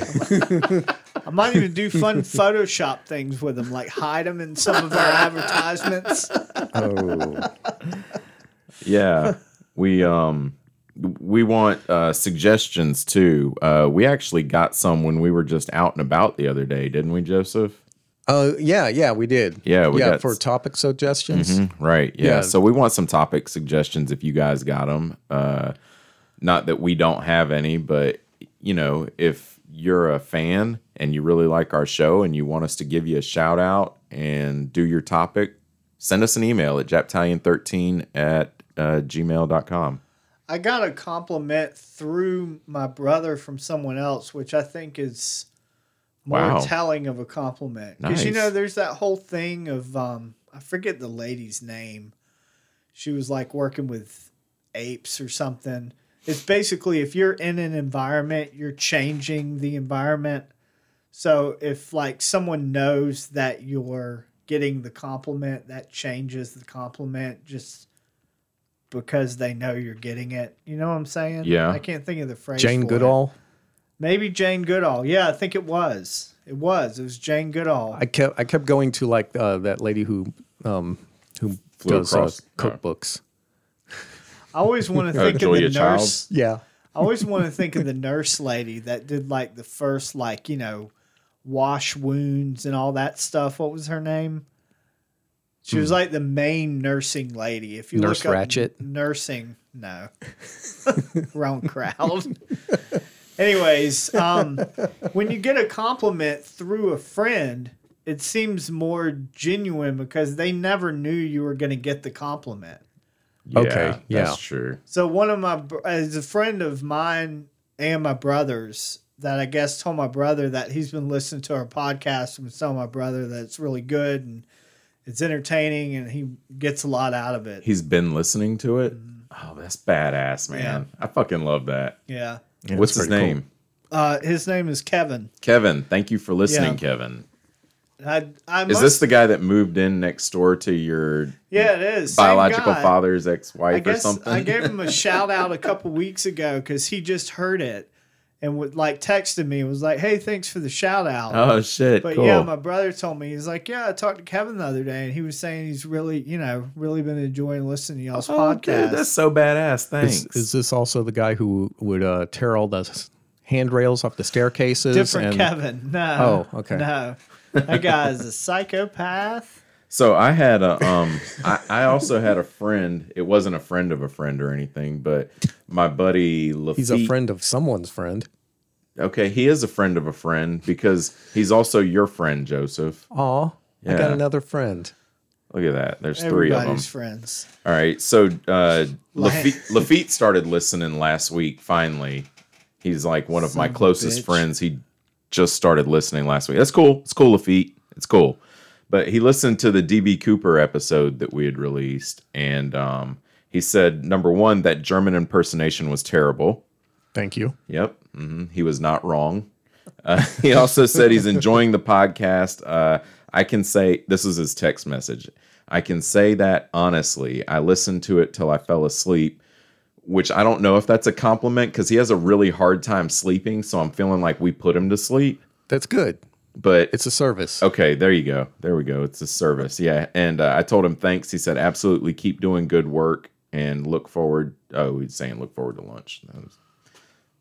A: I might even do fun Photoshop things with them, like hide them in some of our advertisements.
C: oh,
B: Yeah. we um we want uh suggestions too. Uh we actually got some when we were just out and about the other day, didn't we, Joseph?
C: uh, yeah, yeah, we did.
B: Yeah, we
C: yeah,
B: got- Mm-hmm.
C: for topic suggestions.
B: Right. Yeah.
C: Yeah.
B: So we want some topic suggestions if you guys got them. Uh, not that we don't have any, but you know, if you're a fan and you really like our show and you want us to give you a shout out and do your topic, send us an email at japtalion13 at uh, gmail.com.
A: I got a compliment through my brother from someone else, which I think is more
B: Wow.
A: telling of a compliment. Because you
B: Nice.
A: know, there's that whole thing of um, I forget the lady's name. She was like working with apes or something. It's basically if you're in an environment, you're changing the environment. So if like someone knows that you're getting the compliment, that changes the compliment just because they know you're getting it. You know what I'm saying?
B: Yeah.
A: I can't think of the phrase.
C: Jane
A: for it.
C: Goodall.
A: Maybe Jane Goodall. Yeah, I think it was. It was. It was Jane Goodall.
C: I kept I kept going to like uh, that lady who um, who
B: Flew
C: does uh,
B: across- no.
C: cookbooks.
A: I always want to think of
B: Julia
A: the
B: Child.
A: nurse.
C: Yeah.
A: I always want to think of the nurse lady that did like the first, like, you know, wash wounds and all that stuff. What was her name? She was like the main nursing lady. If you
C: Hmm. Nurse
A: look up
C: Ratchet?
A: nursing, no, wrong crowd. Anyways, um, when you get a compliment through a friend, it seems more genuine because they never knew you were going to get the compliment.
C: Okay, yeah.
B: That's true.
A: So one of my br- as a friend of mine and my brother's that I guess told my brother that he's been listening to our podcast and was telling my brother that it's really good and it's entertaining and he gets a lot out of it.
B: He's been listening to it. Oh, that's badass, man. I fucking love that.
A: Yeah.
B: What's
C: that's
B: his
C: pretty cool.
B: name?
A: Uh, his name is Kevin.
B: Kevin. Thank you for listening,
A: Yeah.
B: Kevin.
A: I, I
B: Is
A: must-
B: this the guy that moved in next door to your
A: yeah it is Same
B: biological
A: guy.
B: father's ex-wife
A: I
B: or
A: guess
B: something?
A: I gave him a shout out a couple weeks ago because he just heard it and would like texted me and was like, "Hey, thanks for the shout out."
B: oh shit!
A: But
B: cool.
A: yeah, my brother told me he's like, yeah, I talked to Kevin the other day, and he was saying he's really, you know, really been enjoying listening to y'all's
B: oh,
A: podcast.
B: dude, that's so badass. Thanks.
C: Is, is this also the guy who would uh, tear all the s- handrails off the staircases?
A: different
C: and-
A: Kevin. No.
C: Oh, okay.
A: No, that guy is a psychopath.
B: So I had a um I, I also had a friend. It wasn't a friend of a friend or anything, but my buddy Lafitte.
C: He's a friend of someone's friend.
B: Okay, he is a friend of a friend because he's also your friend, Joseph.
C: Aw, I
B: Yeah.
C: got another friend.
B: Look at that. There's three of them.
A: Everybody's friends.
B: All right. So uh,
A: Like-
B: Lafitte, Lafitte started listening last week. Finally, he's like one of my
A: Son of a
B: closest
A: bitch.
B: friends. He just started listening last week. That's cool. It's cool, Lafitte. It's cool. But he listened to the DB Cooper episode that we had released, and um, he said number one that German impersonation was terrible.
C: Thank you.
B: Yep. hmm He was not wrong. Uh, he also said he's enjoying the podcast. Uh, I can say, this is his text message. I can say that honestly. I listened to it till I fell asleep, which I don't know if that's a compliment because he has a really hard time sleeping. So I'm feeling like we put him to sleep.
C: That's good.
B: But
C: It's a service.
B: Okay, there you go. There we go. It's a service. Yeah. And uh, I told him thanks. He said, absolutely keep doing good work and look forward. Oh, he's saying look forward to lunch. That was-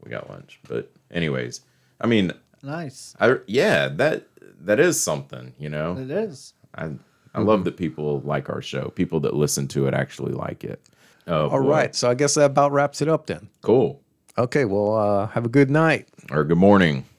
B: we got lunch. But, anyways, I mean,
A: Nice.
B: I yeah, that that is something, you know?
A: It is.
B: I, I
C: Mm-hmm.
B: love that people like our show. People that listen to it actually like it. Oh,
C: All right. So I guess that about wraps it up then.
B: Cool.
C: Okay. Well, uh, have a good night.
B: Or good morning.